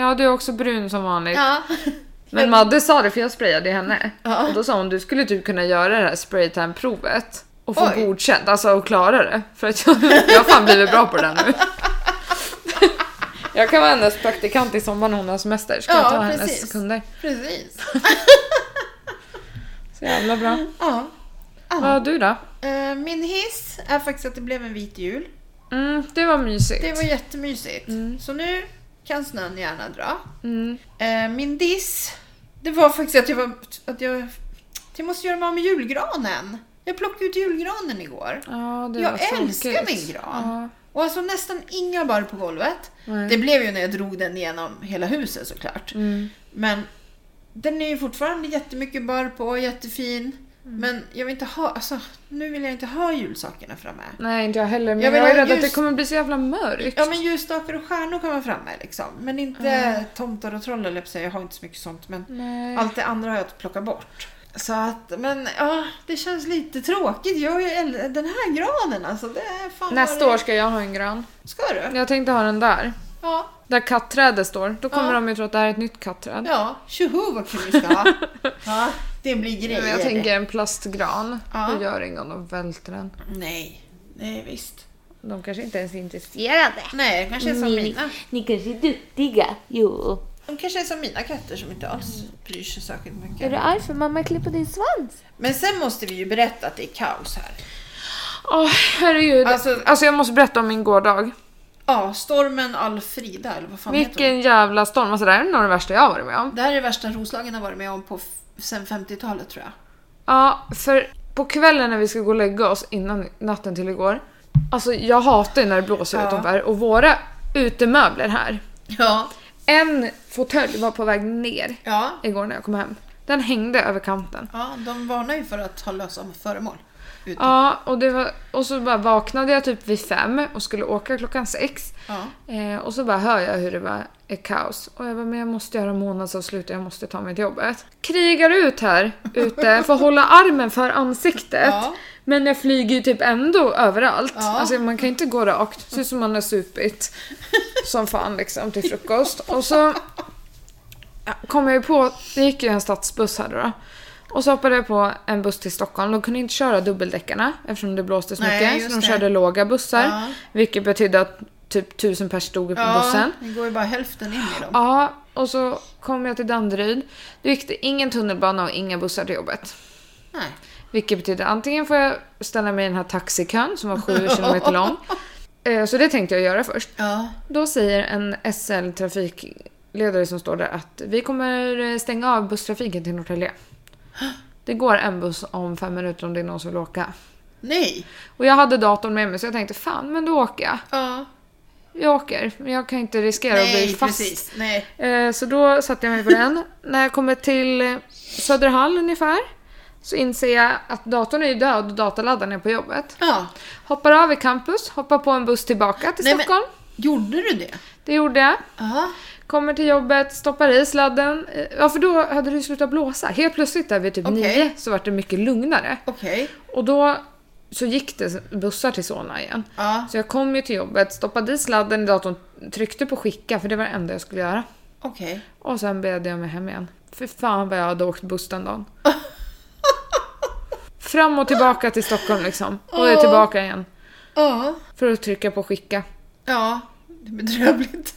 Speaker 1: Ja, du är också brun som vanligt.
Speaker 2: Ja.
Speaker 1: Men Madde sa det för jag sprayade henne.
Speaker 2: Ja.
Speaker 1: Och då sa hon du skulle typ kunna göra det här spraytan-provet och få
Speaker 2: Oj.
Speaker 1: godkänt, alltså och klara det. För att jag, jag har fan blivit bra på det där nu. Jag kan vara hennes praktikant i sommar när hon har semester. Ska
Speaker 2: Ja,
Speaker 1: jag ta hennes
Speaker 2: precis.
Speaker 1: kunder.
Speaker 2: Precis.
Speaker 1: Så jävla bra.
Speaker 2: Ja.
Speaker 1: Vad du då?
Speaker 2: Eh, Min hiss är faktiskt att det blev en vit jul.
Speaker 1: Mm, det var mysigt.
Speaker 2: Det var jättemysigt. Så nu kan snön gärna dra.
Speaker 1: Mm.
Speaker 2: Eh, Min diss, det var faktiskt att jag var... Att jag, att jag måste göra mig av med julgranen. Jag plockade ut julgranen igår.
Speaker 1: Ja, det var
Speaker 2: Jag
Speaker 1: tråkigt.
Speaker 2: älskar min gran.
Speaker 1: Ja.
Speaker 2: Och alltså nästan inga barr på golvet.
Speaker 1: Nej.
Speaker 2: Det blev ju när jag drog den genom hela huset såklart.
Speaker 1: Mm.
Speaker 2: Men den är ju fortfarande jättemycket barr på, jättefin.
Speaker 1: Mm.
Speaker 2: Men jag vill inte ha, alltså nu vill jag inte ha julsakerna framme.
Speaker 1: Nej, inte jag heller. Men
Speaker 2: Jag
Speaker 1: jag,
Speaker 2: vill
Speaker 1: är
Speaker 2: ha
Speaker 1: rädd att det
Speaker 2: ljus.
Speaker 1: kommer bli så jävla mörkt.
Speaker 2: Ja men ljusstakar och stjärnor kan vara framme liksom. Men inte tomtar och troll eller jag, jag har inte så mycket sånt. Men
Speaker 1: Nej.
Speaker 2: allt det andra har jag att plocka bort. Så att, men ja, det känns lite tråkigt. Jag är ju äldre- den här granen alltså. Det är fan
Speaker 1: Nästa
Speaker 2: vad det-
Speaker 1: år ska jag ha en gran.
Speaker 2: Ska du?
Speaker 1: Jag tänkte ha den där.
Speaker 2: Ja.
Speaker 1: Där katträdet står. Då kommer
Speaker 2: Ja.
Speaker 1: de ju tro att det här är ett nytt katträd.
Speaker 2: Ja, tjoho vad kul vi ska ha. ja, det blir grejer.
Speaker 1: Men jag tänker en plastgran.
Speaker 2: Ja.
Speaker 1: Hur gör ingen om de välter den?
Speaker 2: Nej, nej visst.
Speaker 1: De kanske inte ens är intresserade.
Speaker 2: Nej, det kanske är som mina.
Speaker 5: Ni kanske är duktiga. Jo.
Speaker 2: De kanske är som mina katter som inte alls bryr sig särskilt
Speaker 5: Är du
Speaker 2: mycket.
Speaker 5: arg för mamma klipper din svans?
Speaker 2: Men sen måste vi ju berätta att det är kaos här.
Speaker 1: Åh herregud.
Speaker 2: Alltså-
Speaker 1: Alltså, jag måste berätta om min gårdag.
Speaker 2: Ja, stormen Alfrida eller vad fan heter hon?
Speaker 1: Vilken jävla storm. Alltså det här är nog det värsta jag har varit med om.
Speaker 2: Det här är det värsta Roslagen har varit med om på f- sen 50-talet tror jag.
Speaker 1: Ja, för på kvällen när vi ska gå och lägga oss innan natten till igår. Alltså jag hatar ju när det blåser
Speaker 2: Ja.
Speaker 1: utanför och våra utemöbler här.
Speaker 2: Ja,
Speaker 1: En fåtölj var på väg ner
Speaker 2: ja.
Speaker 1: igår när jag kom hem. Den hängde över kanten.
Speaker 2: Ja, de varnar ju för att ha lösa föremål. Ute.
Speaker 1: Ja, och, det var, och så bara vaknade jag typ vid fem och skulle åka klockan sex.
Speaker 2: Ja.
Speaker 1: Eh, och så bara hör jag hur det bara är kaos. Och jag bara, men jag måste göra månadsavslut och jag måste ta mig till jobbet. Krigar ut här ute, får hålla armen för ansiktet.
Speaker 2: Ja.
Speaker 1: Men jag flyger ju typ ändå överallt.
Speaker 2: Ja.
Speaker 1: Alltså man kan ju inte gå rakt. Ser ut som man har supit som fan liksom till frukost. Och så ja, kom jag ju på, det gick ju en stadsbuss här då. Och så hoppade jag på en buss till Stockholm. De kunde inte köra dubbeldäckarna eftersom det blåste så
Speaker 2: Nej,
Speaker 1: mycket.
Speaker 2: just
Speaker 1: Så de
Speaker 2: det.
Speaker 1: körde låga bussar.
Speaker 2: Ja.
Speaker 1: Vilket betydde att typ tusen pers stod på
Speaker 2: Ja,
Speaker 1: bussen.
Speaker 2: det går ju bara hälften in i dem.
Speaker 1: Ja, och så kom jag till Danderyd. Då gick det ingen tunnelbana och inga bussar till jobbet.
Speaker 2: Nej.
Speaker 1: Vilket betyder antingen får jag ställa mig i den här taxikön som var 7 kilometer lång. Eh, Så det tänkte jag göra först.
Speaker 2: Ja,
Speaker 1: Då säger en SL-trafikledare som står där att vi kommer eh, stänga av busstrafiken till Norrtälje. Det går en buss om fem minuter om det är någon som vill åka.
Speaker 2: nej.
Speaker 1: Och jag hade datorn med mig så jag tänkte fan, men då åker jag.
Speaker 2: Ja.
Speaker 1: Jag åker, men jag kan inte riskera att bli
Speaker 2: Nej,
Speaker 1: fast.
Speaker 2: precis. Nej.
Speaker 1: Eh, Så då satte jag mig på den. När jag kommer till eh, Söderhall ungefär så inser jag att datorn är ju död och dataladdaren är på jobbet.
Speaker 2: Ja.
Speaker 1: Hoppar av i campus, hoppar på en buss tillbaka till
Speaker 2: Nej, men-
Speaker 1: Stockholm.
Speaker 2: Gjorde du det?
Speaker 1: Det gjorde jag.
Speaker 2: Ja.
Speaker 1: Kommer till jobbet, stoppar i sladden. Eh, Ja, för då hade det ju slutat blåsa. Helt plötsligt där vid typ
Speaker 2: Okej.
Speaker 1: nio så vart det mycket lugnare.
Speaker 2: Okej.
Speaker 1: Och då så gick det bussar till Solna igen.
Speaker 2: Ja.
Speaker 1: Så jag kom ju till jobbet, stoppade i sladden i datorn, tryckte på skicka för det var det enda jag skulle göra.
Speaker 2: Okej.
Speaker 1: Och sen begärde jag mig hem igen. För fan vad jag hade åkt buss den dagen. Fram och tillbaka till Stockholm liksom. Och jag är tillbaka igen.
Speaker 2: Ja.
Speaker 1: För att trycka på skicka.
Speaker 2: Ja. Det är bedrövligt.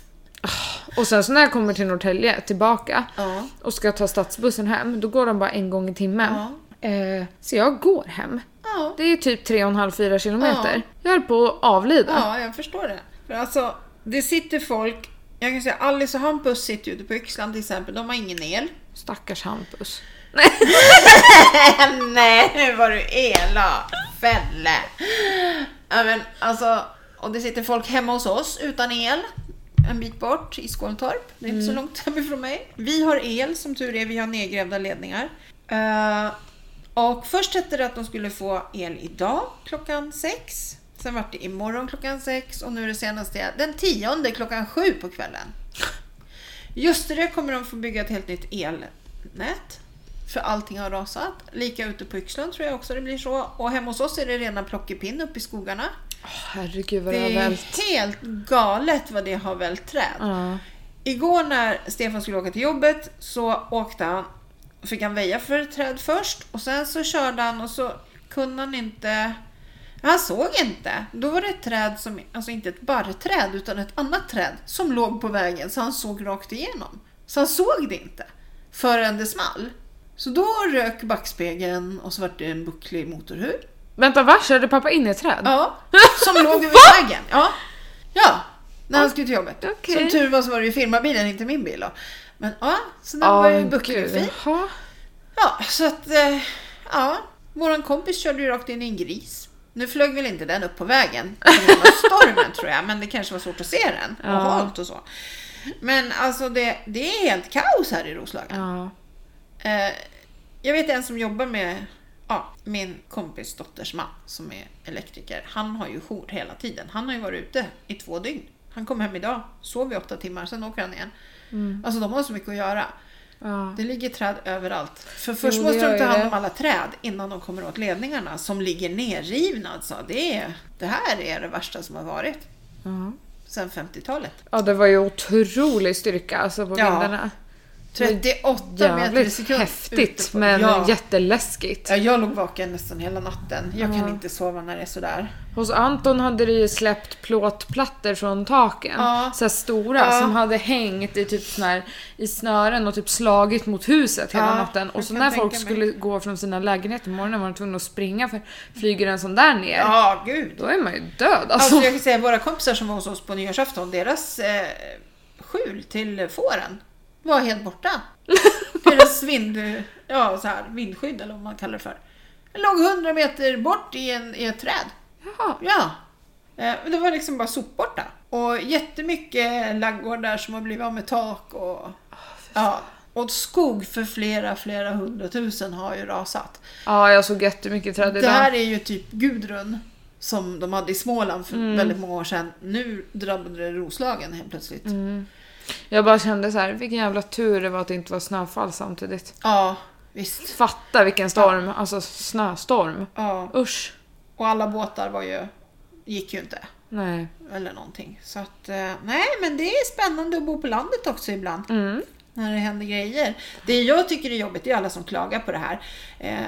Speaker 1: Och sen så när jag kommer till Norrtälje tillbaka
Speaker 2: Ja.
Speaker 1: och ska ta stadsbussen hem, då går de bara en gång i timmen. Eh, så jag går hem.
Speaker 2: Ja.
Speaker 1: Det är typ 3,5-4 kilometer. Jag höll på att avlida.
Speaker 2: Ja, jag förstår det. För alltså, det sitter folk... Jag kan säga Alice och Hampus sitter ju ute på Yxlan till exempel. De har ingen el.
Speaker 1: Stackars Hampus.
Speaker 2: Nej, nu var du elak. Fälle. Ja, men alltså... Och det sitter folk hemma hos oss utan el. En bit bort i Skåntorp. Det är inte så långt hemifrån mig. Vi har el som tur är. Vi har nedgrävda ledningar. Eh, och först hette det att de skulle få el idag klockan sex. Sen var det imorgon klockan sex och nu är det senaste den tionde klockan sju på kvällen. Just det, kommer de få bygga ett helt nytt elnät. För allting har rasat. Lika ute på Yxlund tror jag också det blir så. Och hemma hos oss är det rena plockepinn uppe i skogarna.
Speaker 1: Åh, herregud vad det har
Speaker 2: Det är
Speaker 1: vält.
Speaker 2: helt galet vad det har vält träd.
Speaker 1: Ja.
Speaker 2: Igår när Stefan skulle åka till jobbet så åkte han, fick han väja för ett träd först och sen så körde han och så kunde han inte Han såg inte. Då var det ett träd som, alltså inte ett barrträd utan ett annat träd som låg på vägen så han såg rakt igenom. Så han såg det inte förrän det small. Så då rök backspegeln och så var det en bucklig motorhuv.
Speaker 1: Vänta, vad Körde pappa in i ett träd?
Speaker 2: Ja, som låg över vägen. Ja, ja när han skulle till jobbet.
Speaker 1: Okej.
Speaker 2: Som tur var så var det ju firmabilen, inte min bil då. Men ja, så den var ju
Speaker 1: Åh,
Speaker 2: bucklig och
Speaker 1: gud.
Speaker 2: fin.
Speaker 1: Jaha.
Speaker 2: Ja, så att... eh, Ja, våran kompis körde ju rakt in i en gris. Nu flög väl inte den upp på vägen på grund av stormen tror jag, men det kanske var svårt att se den
Speaker 1: Ja.
Speaker 2: och halt och så. Men alltså det, det är helt kaos här i Roslagen.
Speaker 1: Ja.
Speaker 2: Eh, jag vet en som jobbar med ja, min kompis dotters man som är elektriker. Han har ju jour hela tiden. Han har ju varit ute i två dygn. Han kom hem idag, sov i åtta timmar, sen åker han igen.
Speaker 1: Mm.
Speaker 2: Alltså de har så mycket att göra.
Speaker 1: ja.
Speaker 2: Det ligger träd överallt. För först
Speaker 1: det
Speaker 2: måste
Speaker 1: gör
Speaker 2: de ta
Speaker 1: ju
Speaker 2: hand
Speaker 1: det.
Speaker 2: om alla träd innan de kommer åt ledningarna som ligger nerrivna. Alltså. Det, är, det här är det värsta som har varit
Speaker 1: Ja.
Speaker 2: sedan 50-talet.
Speaker 1: ja, det var ju otrolig styrka alltså på
Speaker 2: Ja.
Speaker 1: vindarna.
Speaker 2: 38 meter i
Speaker 1: Jävligt
Speaker 2: sekund. ute
Speaker 1: häftigt
Speaker 2: på-
Speaker 1: men
Speaker 2: ja.
Speaker 1: jätteläskigt.
Speaker 2: Ja, jag låg vaken nästan hela natten. Jag
Speaker 1: Ja.
Speaker 2: kan inte sova när det är sådär.
Speaker 1: Hos Anton hade det ju släppt plåtplattor från taken.
Speaker 2: Ja.
Speaker 1: Så här stora
Speaker 2: Ja.
Speaker 1: som hade hängt i, typ sån här, i snören och typ slagit mot huset hela
Speaker 2: Ja,
Speaker 1: natten. Och
Speaker 2: jag
Speaker 1: så
Speaker 2: kan
Speaker 1: när folk
Speaker 2: tänka mig.
Speaker 1: skulle gå från sina lägenheter på morgonen var de tvungna att springa för flyger en sån där ner.
Speaker 2: Ja, gud.
Speaker 1: Då är man ju död alltså.
Speaker 2: Alltså, jag kan säga våra kompisar som var hos oss på nyårsafton, deras eh, skjul till fåren var helt borta. deras vind, ja, så här, vindskydd eller vad man kallar det för. Den låg 100 meter bort i, en, i ett träd.
Speaker 1: Jaha.
Speaker 2: Ja. Eh, men det var liksom bara sopborta. Och jättemycket laggårdar som har blivit av med tak och... ja. Och skog för flera, flera hundratusen har ju rasat.
Speaker 1: Ja, jag såg jättemycket träd
Speaker 2: Det
Speaker 1: idag.
Speaker 2: här är ju typ Gudrun som de hade i Småland för väldigt många år sedan. Nu drabbade det Roslagen helt plötsligt.
Speaker 1: Jag bara kände så här, vilken jävla tur det var att det inte var snöfall samtidigt.
Speaker 2: Ja, visst.
Speaker 1: Fatta vilken storm, alltså snöstorm.
Speaker 2: Ja.
Speaker 1: Usch.
Speaker 2: Och alla båtar var ju, gick ju inte.
Speaker 1: Nej.
Speaker 2: Eller någonting. Så att, eh, nej men det är spännande att bo på landet också ibland.
Speaker 1: Mm.
Speaker 2: när det händer grejer. Det jag tycker är jobbigt det är alla som klagar på det här. Eh,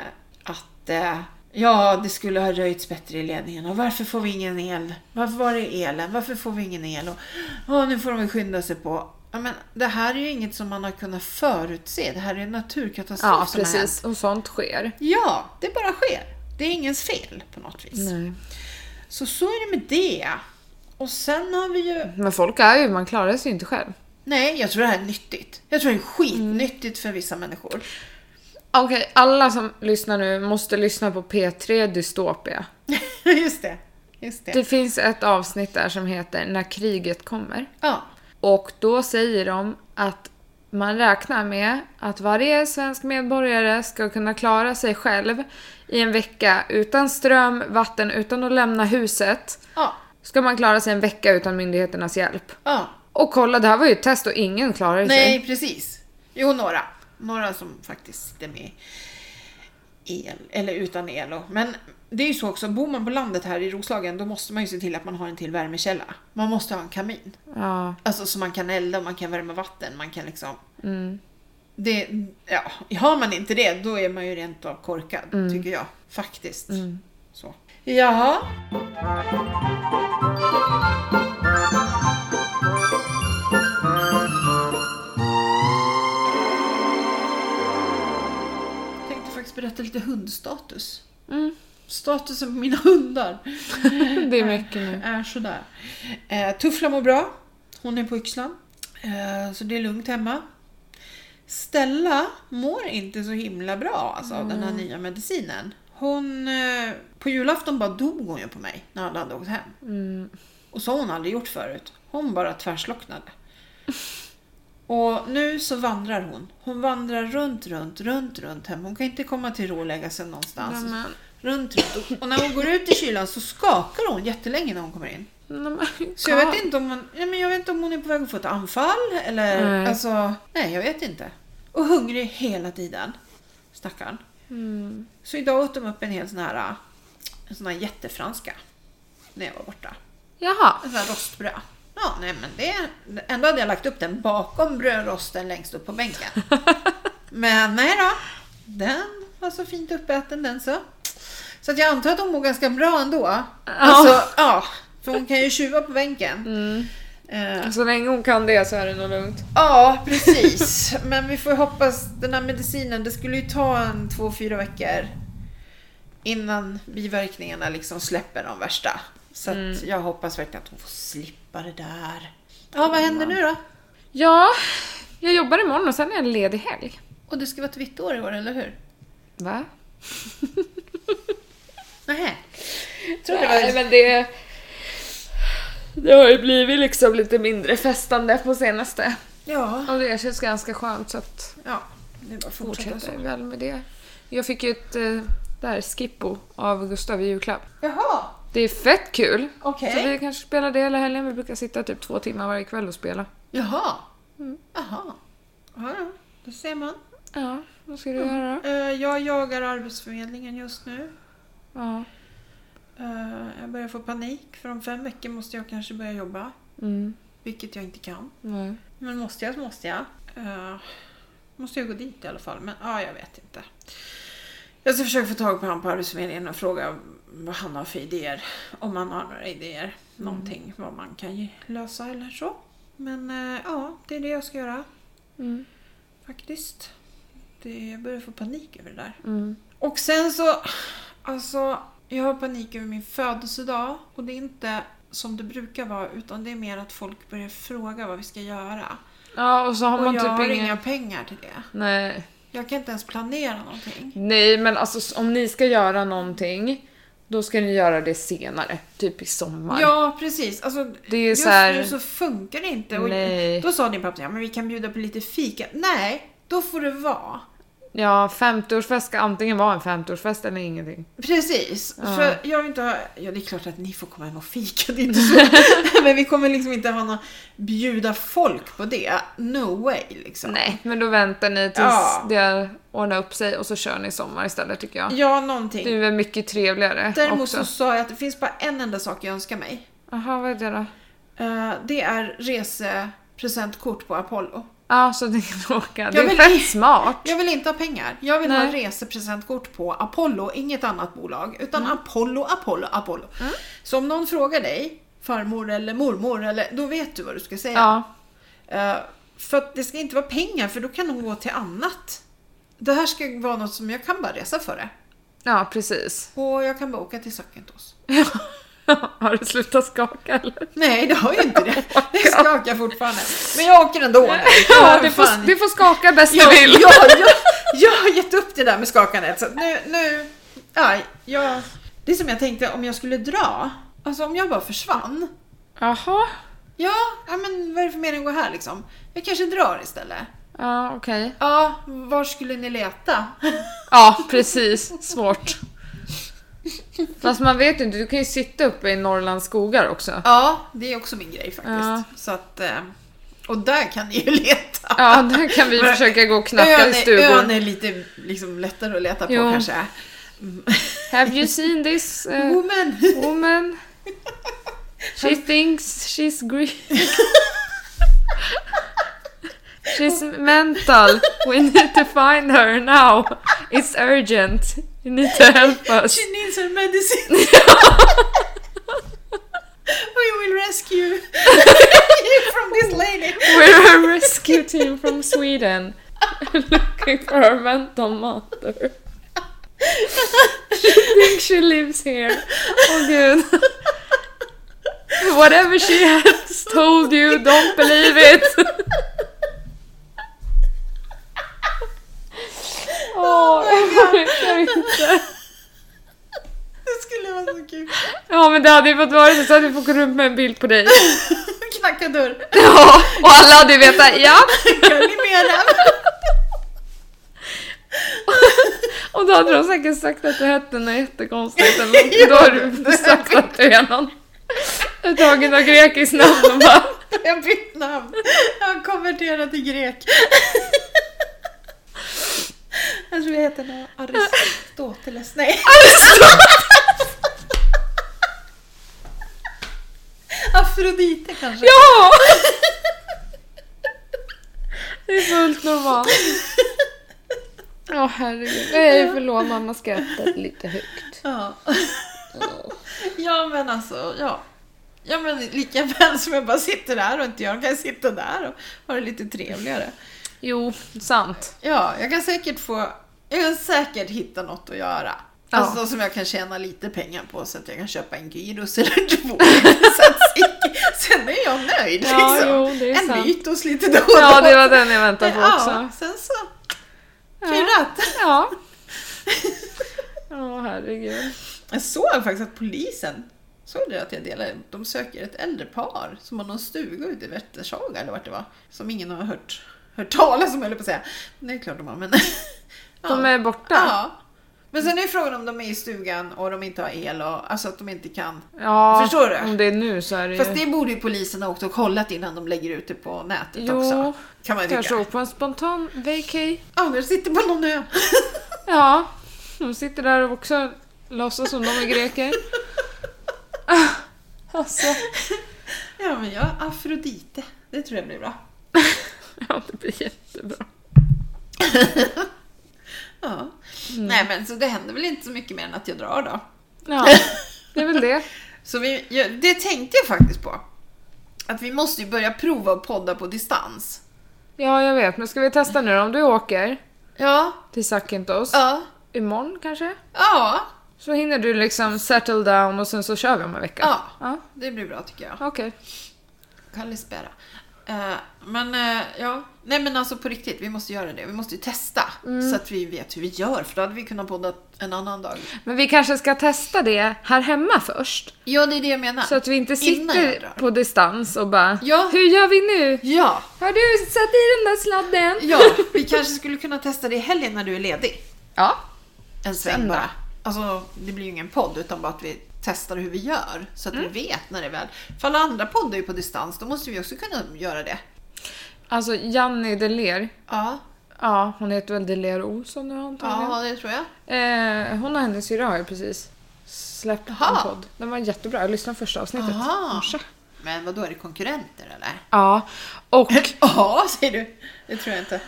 Speaker 2: att eh, ja, det skulle ha röjts bättre i ledningen och varför får vi ingen el? Varför var det elen? Varför får vi ingen el? Och "Ja, nu får de väl skynda sig på. Ja, men det här är ju inget som man har kunnat förutse. Det här är en naturkatastrof
Speaker 1: Ja,
Speaker 2: som har hänt.
Speaker 1: precis. Och sånt sker.
Speaker 2: Ja, det bara sker. Det är ingens fel på något vis.
Speaker 1: Nej.
Speaker 2: Så så är det med det. Och sen har vi ju
Speaker 1: Men folk är ju, man klarar sig ju inte själv.
Speaker 2: Nej, jag tror det här är nyttigt. Jag tror det är skitnyttigt för vissa människor.
Speaker 1: Okej, alla som lyssnar nu måste lyssna på P3 Dystopia.
Speaker 2: just det. Just det.
Speaker 1: Det finns ett avsnitt där som heter När kriget kommer.
Speaker 2: Ja.
Speaker 1: Och då säger de att man räknar med att varje svensk medborgare ska kunna klara sig själv i en vecka utan ström, vatten, utan att lämna huset.
Speaker 2: Ja.
Speaker 1: Ska man klara sig en vecka utan myndigheternas hjälp.
Speaker 2: ja.
Speaker 1: Och kolla, det här var ju ett test och ingen klarade sig.
Speaker 2: Nej, precis. Jo, några. Några som faktiskt sitter med el, eller utan el. Och, men det är ju så också, bor man på landet här i Roslagen då måste man ju se till att man har en till värmekälla. Man måste ha en kamin.
Speaker 1: Ja,
Speaker 2: Alltså så man kan elda, man kan värma vatten, man kan liksom... Det, ja, har man inte det då är man ju rent av korkad, tycker jag. Faktiskt. Så. Jaha. Jag tänkte faktiskt berätta lite hundstatus.
Speaker 1: Mm.
Speaker 2: Statusen på mina hundar
Speaker 1: det är mycket nu.
Speaker 2: är sådär. Eh, Tuffla mår bra. Hon är på yxlan. Eh, så det är lugnt hemma. Stella mår inte så himla bra alltså, av den här nya medicinen. Hon, eh, på julafton bara dog hon ju på mig när alla hade åkt hem. Och så har hon aldrig gjort förut. Hon bara tvärslocknade. Och nu så vandrar hon. Hon vandrar runt, runt, runt, runt hem. Hon kan inte komma till ro och lägga sig någonstans.
Speaker 1: Nämen.
Speaker 2: Runt, runt. Och- Och när hon går ut i kylan så skakar hon jättelänge när hon kommer in.
Speaker 1: Nämen,
Speaker 2: Så jag vet inte om hon, ja, men jag vet inte om hon är på väg att få ett anfall eller
Speaker 1: Nej.
Speaker 2: alltså, nej jag vet inte. Och hungrig hela tiden. Stackarn. Så idag åt de upp en hel sån här, en sån här jättefranska. När jag var borta.
Speaker 1: Jaha.
Speaker 2: En sån här rostbröd. Ja, nej men det, ändå hade jag lagt upp den bakom brödrosten längst upp på bänken. Men nej då. Den var så fint uppäten den så. Så att jag antar att hon mår ganska bra ändå. Alltså, ja. För hon kan ju tjuva på bänken. Eh,
Speaker 1: Så länge hon kan det så är det nog lugnt.
Speaker 2: Ja, precis. Men vi får hoppas, den här medicinen, det skulle ju ta en två, fyra veckor innan biverkningarna liksom släpper de värsta. Så att jag hoppas verkligen att hon får slippa det där. Mm. Ja, vad händer nu då?
Speaker 1: Ja, jag jobbar imorgon och sen är jag ledig helg.
Speaker 2: Och du ska vara ett vitt år i år, eller hur?
Speaker 1: Va?
Speaker 2: Nej. Jag trodde
Speaker 1: Nej,
Speaker 2: det var...
Speaker 1: men det... Det har ju blivit liksom lite mindre festande på senaste.
Speaker 2: Ja,
Speaker 1: Och det känns ganska skönt så att
Speaker 2: ja. Det är bara att fortsätta så.
Speaker 1: fortsätter väl med det. Jag fick ju ett eh, där skippo av Gustav i julklapp.
Speaker 2: Jaha,
Speaker 1: Det är fett kul!
Speaker 2: okej.
Speaker 1: Så vi kanske spelar det hela helgen. Vi brukar sitta typ två timmar varje kväll och spela.
Speaker 2: Jaha. Jaha. Ja, Mm. ja. Då ser man.
Speaker 1: Ja, vad ska du göra då?
Speaker 2: Eh, Jag jagar Arbetsförmedlingen just nu.
Speaker 1: Ja.
Speaker 2: Eh, Jag börjar få panik för om fem veckor måste jag kanske börja jobba.
Speaker 1: Mm.
Speaker 2: Vilket jag inte kan.
Speaker 1: Nej.
Speaker 2: Men måste jag så måste jag. Eh, Måste jag gå dit i alla fall. Men ja, jag vet inte. Jag ska försöka få tag på han på Arbetsförmedlingen och fråga vad han har för idéer. Om han har några
Speaker 1: Mm.
Speaker 2: idéer. Någonting vad man kan ju lösa eller så. Men eh, ja, det är det jag ska göra.
Speaker 1: Mm.
Speaker 2: Faktiskt. Det, jag börjar få panik över det där.
Speaker 1: Mm.
Speaker 2: Och sen så, alltså jag har panik över min födelsedag och det är inte som det brukar vara utan det är mer att folk börjar fråga vad vi ska göra.
Speaker 1: Ja, och så har
Speaker 2: och
Speaker 1: man
Speaker 2: jag har
Speaker 1: typ
Speaker 2: inga
Speaker 1: inga...
Speaker 2: pengar till det.
Speaker 1: Nej.
Speaker 2: Jag kan inte ens planera någonting.
Speaker 1: Nej, men alltså om ni ska göra någonting, då ska ni göra det senare. Typ i sommar.
Speaker 2: Ja, precis. Alltså,
Speaker 1: Det är
Speaker 2: just
Speaker 1: så här-
Speaker 2: nu så funkar det inte. Och
Speaker 1: Nej.
Speaker 2: Då sa din pappa ja, men vi kan bjuda på lite fika. Nej, då får det vara.
Speaker 1: Ja, 50-årsfest ska antingen vara en 50-årsfest eller ingenting.
Speaker 2: Precis,
Speaker 1: Ja.
Speaker 2: för jag vill inte ha... Ja, det är klart att ni får komma hem och fika, det är inte så. Men vi kommer liksom inte ha någon... Bjuda folk på det. No way, liksom.
Speaker 1: Nej, men då väntar ni tills
Speaker 2: Ja.
Speaker 1: det ordnar upp sig och så kör ni i sommar istället tycker jag.
Speaker 2: Ja,
Speaker 1: Det är
Speaker 2: någonting.
Speaker 1: väl mycket trevligare
Speaker 2: Däremot
Speaker 1: också.
Speaker 2: så sa jag att det finns bara en enda sak jag önskar mig.
Speaker 1: Jaha, vad är det då?
Speaker 2: Eh, det är resepresentkort på Apollo.
Speaker 1: Ja, så ni kan åka. Det
Speaker 2: Jag
Speaker 1: är
Speaker 2: vill-
Speaker 1: fett smart.
Speaker 2: Jag vill inte ha pengar. Jag vill ha
Speaker 1: Nej.
Speaker 2: resepresentkort på Apollo, inget annat bolag. Utan
Speaker 1: Mm.
Speaker 2: Apollo, Apollo, Apollo. Så om någon frågar dig, farmor eller mormor, eller, då vet du vad du ska säga.
Speaker 1: Ja.
Speaker 2: Eh, för att det ska inte vara pengar, för då kan de gå till annat. Det här ska vara något som jag kan bara resa för det.
Speaker 1: ja, precis.
Speaker 2: Och jag kan bara åka till Sökentos.
Speaker 1: Har du slutat skaka eller?
Speaker 2: Nej, det har ju inte det. Det skakar fortfarande. Men jag åker ändå.
Speaker 1: Ja,
Speaker 2: Vad
Speaker 1: du
Speaker 2: fan.
Speaker 1: får, du får skaka bäst
Speaker 2: jag,
Speaker 1: du vill.
Speaker 2: jag, jag, jag har gett upp det där med skakandet. Så att nu, nu, ja, jag, det är som jag tänkte om jag skulle dra. Alltså om jag bara försvann.
Speaker 1: Jaha.
Speaker 2: Ja, ja men vad är det för mening att gå här liksom? Jag kanske drar istället.
Speaker 1: Ja, okej.
Speaker 2: Ja, var skulle ni leta?
Speaker 1: Ja, precis. Svårt. Fast man vet inte, du kan ju sitta uppe i Norrlands skogar också.
Speaker 2: Ja, det är också min grej faktiskt.
Speaker 1: Ja.
Speaker 2: Så att, eh, och där kan ni ju leta.
Speaker 1: Ja, där kan vi
Speaker 2: Men
Speaker 1: försöka gå och knacka
Speaker 2: ön
Speaker 1: i
Speaker 2: är- Ön
Speaker 1: stugor.
Speaker 2: är lite liksom, lättare att leta på
Speaker 1: Jo.
Speaker 2: kanske. Mm.
Speaker 1: Have you seen this uh,
Speaker 2: Woman!
Speaker 1: woman? She thinks she's green. She's mental. We need to find her now. It's urgent. You need to help us.
Speaker 2: She needs her medicine! We will rescue you from this lady!
Speaker 1: We're a rescue team from Sweden looking for her mental mother. She thinks she lives here. Åh gud. Whatever she has told you, don't believe it. Åh, jag orkar inte.
Speaker 2: Det skulle vara så kul.
Speaker 1: Ja men det hade ju fått vara så, så hade vi fått gå runt med en bild på dig.
Speaker 2: Knacka dörr.
Speaker 1: Ja, och alla hade ju vetat, ja
Speaker 2: Kan ni med den?
Speaker 1: Och då hade de säkert sagt att du hette något jättekonstigt eller något. Då har du sagt att du är någon. Du har tagit något grekiskt namn och bara...
Speaker 2: Jag har bytt namn. Jag har konverterat till grek. Jag tror jag heter nå- Aristoteles. Nej. Afrodite kanske?
Speaker 1: Ja! Det är fullt normalt. Ja herregud. Nej förlåt mamma skrattade lite högt. äckligt.
Speaker 2: Ja. ja men alltså, ja. Ja men lika väl som jag bara sitter där och inte gör, kan jag sitta där och ha det lite trevligare.
Speaker 1: Jo, sant.
Speaker 2: Ja, jag kan säkert få, jag kan säkert hitta något att göra.
Speaker 1: Ja.
Speaker 2: Alltså som jag kan tjäna lite pengar på så att jag kan köpa en gyros eller två tzatziki. Sen är jag nöjd
Speaker 1: Ja,
Speaker 2: liksom.
Speaker 1: jo, det är
Speaker 2: en
Speaker 1: sant.
Speaker 2: mytos lite då och då.
Speaker 1: Ja, det var den jag väntade på
Speaker 2: ja,
Speaker 1: också.
Speaker 2: sen så,
Speaker 1: Ja,
Speaker 2: kryddat.
Speaker 1: ja. Åh, herregud.
Speaker 2: Jag såg faktiskt att polisen, såg du att jag delade? De söker ett äldre par som har någon stuga ute i Vättershaga eller vart det var. Som ingen har hört, hört talas om höll jag på att säga. Det är klart de har men...
Speaker 1: De är borta?
Speaker 2: Ja. Men sen är frågan om de är i stugan och de inte har el och alltså att de inte kan.
Speaker 1: Ja,
Speaker 2: Förstår du?
Speaker 1: om det är nu så är det
Speaker 2: Fast
Speaker 1: ju...
Speaker 2: det borde ju polisen ha åkt och kollat innan de lägger ut det på nätet
Speaker 1: Jo,
Speaker 2: också. Kan man ju
Speaker 1: Kanske
Speaker 2: tycka.
Speaker 1: åka på en spontan vacay.
Speaker 2: Ja, de sitter på någon ö.
Speaker 1: Ja, de sitter där och också låtsas som de är greker. Alltså,
Speaker 2: ja men jag, Afrodite. Det tror jag blir bra.
Speaker 1: ja, det blir jättebra.
Speaker 2: Ja. Nej men så det händer väl inte så mycket mer än att jag drar då.
Speaker 1: Ja, det är väl det.
Speaker 2: Så vi, ja, det tänkte jag faktiskt på. Att vi måste ju börja prova att podda på distans.
Speaker 1: Ja, jag vet. Men ska vi testa nu då? Om du åker
Speaker 2: Ja.
Speaker 1: till Sakintos
Speaker 2: Ja.
Speaker 1: imorgon kanske?
Speaker 2: Ja.
Speaker 1: Så hinner du liksom settle down och sen så kör vi om en vecka?
Speaker 2: Ja.
Speaker 1: ja
Speaker 2: Det blir bra tycker jag.
Speaker 1: Okej.
Speaker 2: Kalispera. Eh, men eh, ja, nej men alltså på riktigt, vi måste göra det. Vi måste ju testa
Speaker 1: Mm.
Speaker 2: så att vi vet hur vi gör för då hade vi kunnat podda en annan dag.
Speaker 1: Men vi kanske ska testa det här hemma först?
Speaker 2: Ja, det är det jag menar.
Speaker 1: Så att vi inte
Speaker 2: Innan jag
Speaker 1: sitter
Speaker 2: drar.
Speaker 1: på distans och bara
Speaker 2: Ja.
Speaker 1: Hur gör vi nu?
Speaker 2: Ja,
Speaker 1: Har du satt i den där sladden?
Speaker 2: ja, vi kanske skulle kunna testa det i helgen när du är ledig.
Speaker 1: Ja. Sen
Speaker 2: En sväng
Speaker 1: då?
Speaker 2: bara. Alltså, det blir ju ingen podd utan bara att vi testar hur vi gör så att
Speaker 1: Mm.
Speaker 2: vi vet när det är väl. För alla andra poddar är ju på distans, då måste vi också kunna göra det.
Speaker 1: Alltså Janni Deler.
Speaker 2: Ja,
Speaker 1: Ja, hon heter väl Deler Olsson nu antagligen.
Speaker 2: ja det tror jag.
Speaker 1: Eh, hon och hennes syrra har ju precis släppt
Speaker 2: Jaha.
Speaker 1: en podd. Den var jättebra. Jag lyssnade på första avsnittet.
Speaker 2: Jaha.
Speaker 1: Morse.
Speaker 2: Men vad då är det konkurrenter eller?
Speaker 1: Ja, och...
Speaker 2: Ja, säger du. Det tror jag inte.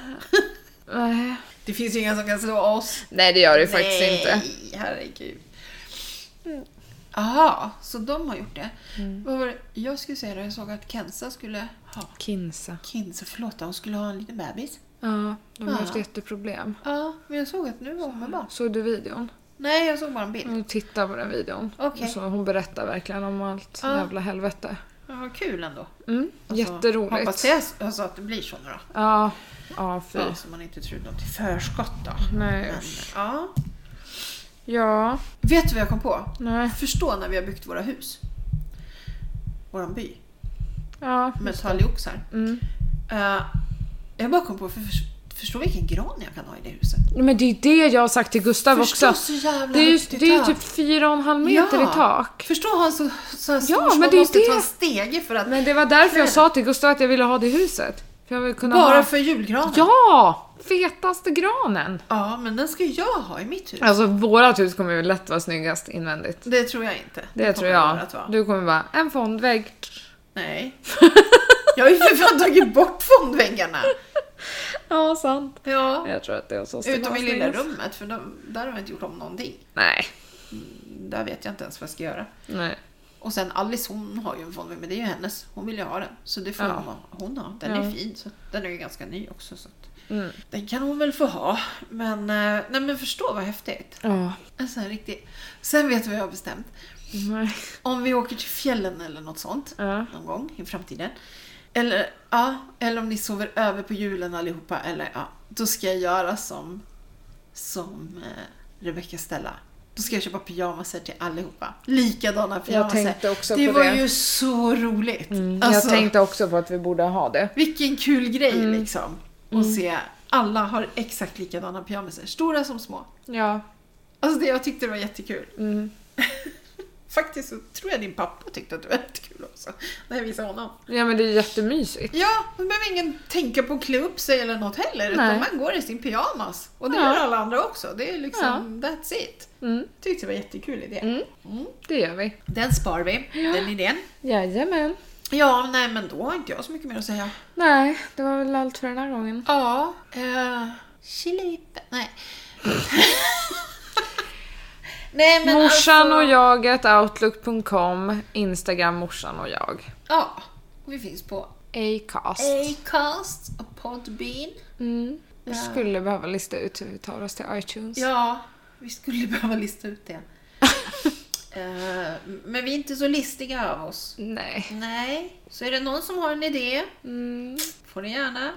Speaker 1: eh,
Speaker 2: Det finns ju inga som kan slå oss.
Speaker 1: nej, det gör det ju faktiskt inte.
Speaker 2: Nej, herregud. Jaha, Mm. så de har gjort det. Vad var det? Jag skulle säga det, jag såg att Kenza skulle ha
Speaker 1: Kinsa.
Speaker 2: Kinsa, förlåt, hon skulle ha en liten bebis.
Speaker 1: Ja, de har
Speaker 2: Ja.
Speaker 1: haft jätteproblem.
Speaker 2: Ja, men jag såg att nu var hon med barn.
Speaker 1: Såg du videon?
Speaker 2: Nej, jag såg bara en bild.
Speaker 1: Hon tittar på den videon.
Speaker 2: Okej.
Speaker 1: Så hon berättar verkligen om allt
Speaker 2: Ja.
Speaker 1: jävla helvete.
Speaker 2: Ja, vad kul ändå.
Speaker 1: Mm,
Speaker 2: Alltså,
Speaker 1: jätteroligt.
Speaker 2: Hoppas jag alltså, att det blir så nu då.
Speaker 1: Ja, ja fy.
Speaker 2: Ja, Mm. så man inte tror något i förskott då.
Speaker 1: Nej,
Speaker 2: Men,
Speaker 1: usch.
Speaker 2: ja.
Speaker 1: Ja,
Speaker 2: Vet du vad jag kom på?
Speaker 1: nej.
Speaker 2: Förstå när vi har byggt våra hus. Våran by.
Speaker 1: Ja,
Speaker 2: Med talgoxar.
Speaker 1: mm.
Speaker 2: Eh, jag bara kom på, för, för, förstå vilken gran jag kan ha i det huset.
Speaker 1: Men det är ju det jag har sagt till Gustav
Speaker 2: Förstå
Speaker 1: också.
Speaker 2: så jävla
Speaker 1: Det är ju
Speaker 2: högt i
Speaker 1: det är ju
Speaker 2: tak.
Speaker 1: typ 4,5 meter i tak.
Speaker 2: Förstå att ha en så, så här stor
Speaker 1: Ja,
Speaker 2: som
Speaker 1: men
Speaker 2: man
Speaker 1: det är ju
Speaker 2: måste
Speaker 1: det.
Speaker 2: ta en stege för att...
Speaker 1: Men det var därför jag sa till Gustav att jag ville ha det i huset. För jag vill kunna
Speaker 2: bara
Speaker 1: ha...
Speaker 2: för julgranen.
Speaker 1: Ja! Fetaste granen!
Speaker 2: Ja, men den ska ju jag ha i mitt hus.
Speaker 1: Alltså vårat hus kommer ju lätt vara snyggast invändigt.
Speaker 2: Det tror jag inte.
Speaker 1: Det, tror
Speaker 2: kommer
Speaker 1: jag.
Speaker 2: vara att vara.
Speaker 1: Du kommer bara, en fondvägg.
Speaker 2: Nej. Jag har ju för fan tagit bort fondväggarna.
Speaker 1: Ja, sant.
Speaker 2: Ja.
Speaker 1: Jag tror att det är så
Speaker 2: Utom i lilla rummet, för de, där har jag inte gjort om någonting.
Speaker 1: Nej,
Speaker 2: Där vet jag inte ens vad jag ska göra.
Speaker 1: nej.
Speaker 2: Och sen Alice hon har ju en fondvägg, men det är ju hennes. Hon vill ju ha den. Så det får
Speaker 1: Ja.
Speaker 2: hon, ha. hon ha. Den
Speaker 1: Ja.
Speaker 2: är fin. Så den är ju ganska ny också. Så att
Speaker 1: Mm.
Speaker 2: Den kan hon väl få ha. Men, eh, nej, men förstå vad häftigt.
Speaker 1: Ja,
Speaker 2: Alltså, En sån här riktig... Sen vet du vad jag har bestämt.
Speaker 1: nej.
Speaker 2: Om vi åker till fjällen eller något sånt
Speaker 1: Ja.
Speaker 2: någon gång i framtiden. Eller, ja, eller om ni sover över på julen allihopa. Eller, ja, då ska jag göra som, som eh, Rebecca Stella. Då ska jag köpa pyjamaser till allihopa. Likadana pyjamaser.
Speaker 1: tänkte också
Speaker 2: det
Speaker 1: på
Speaker 2: var
Speaker 1: det. Mm,
Speaker 2: ju så roligt. Alltså-
Speaker 1: Jag tänkte Mm. också på att vi borde ha det.
Speaker 2: Vilken kul grej liksom. Att se alla har exakt likadana pyjamaser. Stora som små.
Speaker 1: Ja.
Speaker 2: Alltså det, jag tyckte det var jättekul.
Speaker 1: Mm.
Speaker 2: Faktiskt så tror jag din pappa tyckte att det var jättekul också. När jag visade honom.
Speaker 1: Ja men det är jättemysigt.
Speaker 2: Ja, då behöver ingen tänka på att klä upp sig eller något heller.
Speaker 1: Nej.
Speaker 2: Utan man går i sin pyjamas. Och det
Speaker 1: Ja.
Speaker 2: gör alla andra också. Det är liksom, that's it. Tyckte det var jättekul idé.
Speaker 1: Mm. Det gör vi.
Speaker 2: Den spar vi, den idén.
Speaker 1: Jajamän.
Speaker 2: Ja, nej men då har inte jag så mycket mer att säga.
Speaker 1: Nej, det var väl allt för den här gången.
Speaker 2: Ja, eh... Chilipe. Nej. Nej, men
Speaker 1: Morsan
Speaker 2: alltså,
Speaker 1: och jaget, outlook.com, Instagram morsan och jag.
Speaker 2: Ja, och vi finns på
Speaker 1: Acast.
Speaker 2: Acast och Podbean.
Speaker 1: Mm. Vi skulle behöva lista ut hur vi tar oss till iTunes.
Speaker 2: Ja, vi skulle behöva lista ut det. Eh, men vi är inte så listiga av oss.
Speaker 1: Nej.
Speaker 2: Nej, så är det någon som har en idé
Speaker 1: Mm.
Speaker 2: får ni gärna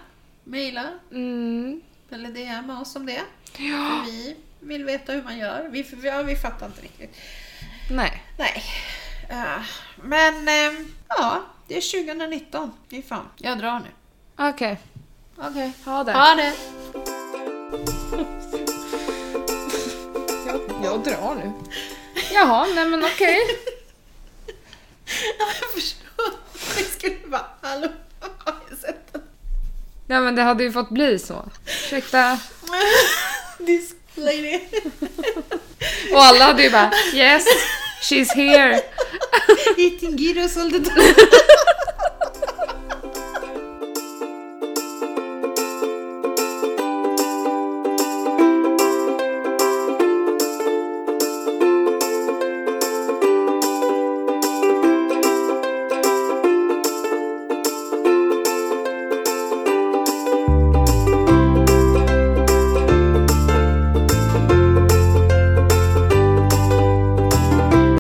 Speaker 2: mejla
Speaker 1: Mm.
Speaker 2: eller DMa oss om det.
Speaker 1: Ja.
Speaker 2: För vi vill veta hur man gör. Vi, ja, vi fattar inte riktigt.
Speaker 1: Nej.
Speaker 2: Nej. Eh, men ehm, ja, det är 2019. Det är fan. Jag drar nu.
Speaker 1: Okej.
Speaker 2: Okej.
Speaker 1: Ha det.
Speaker 2: Ha det!
Speaker 1: Jag, jag drar nu. Jaha, nej men okej.
Speaker 2: Jag förstår. Vi skulle bara, hallå, har jag sett den?
Speaker 1: Nej men det hade ju fått bli så. Ursäkta.
Speaker 2: Display
Speaker 1: Och alla hade ju bara yes, she's here.
Speaker 2: Eating gyros all the time.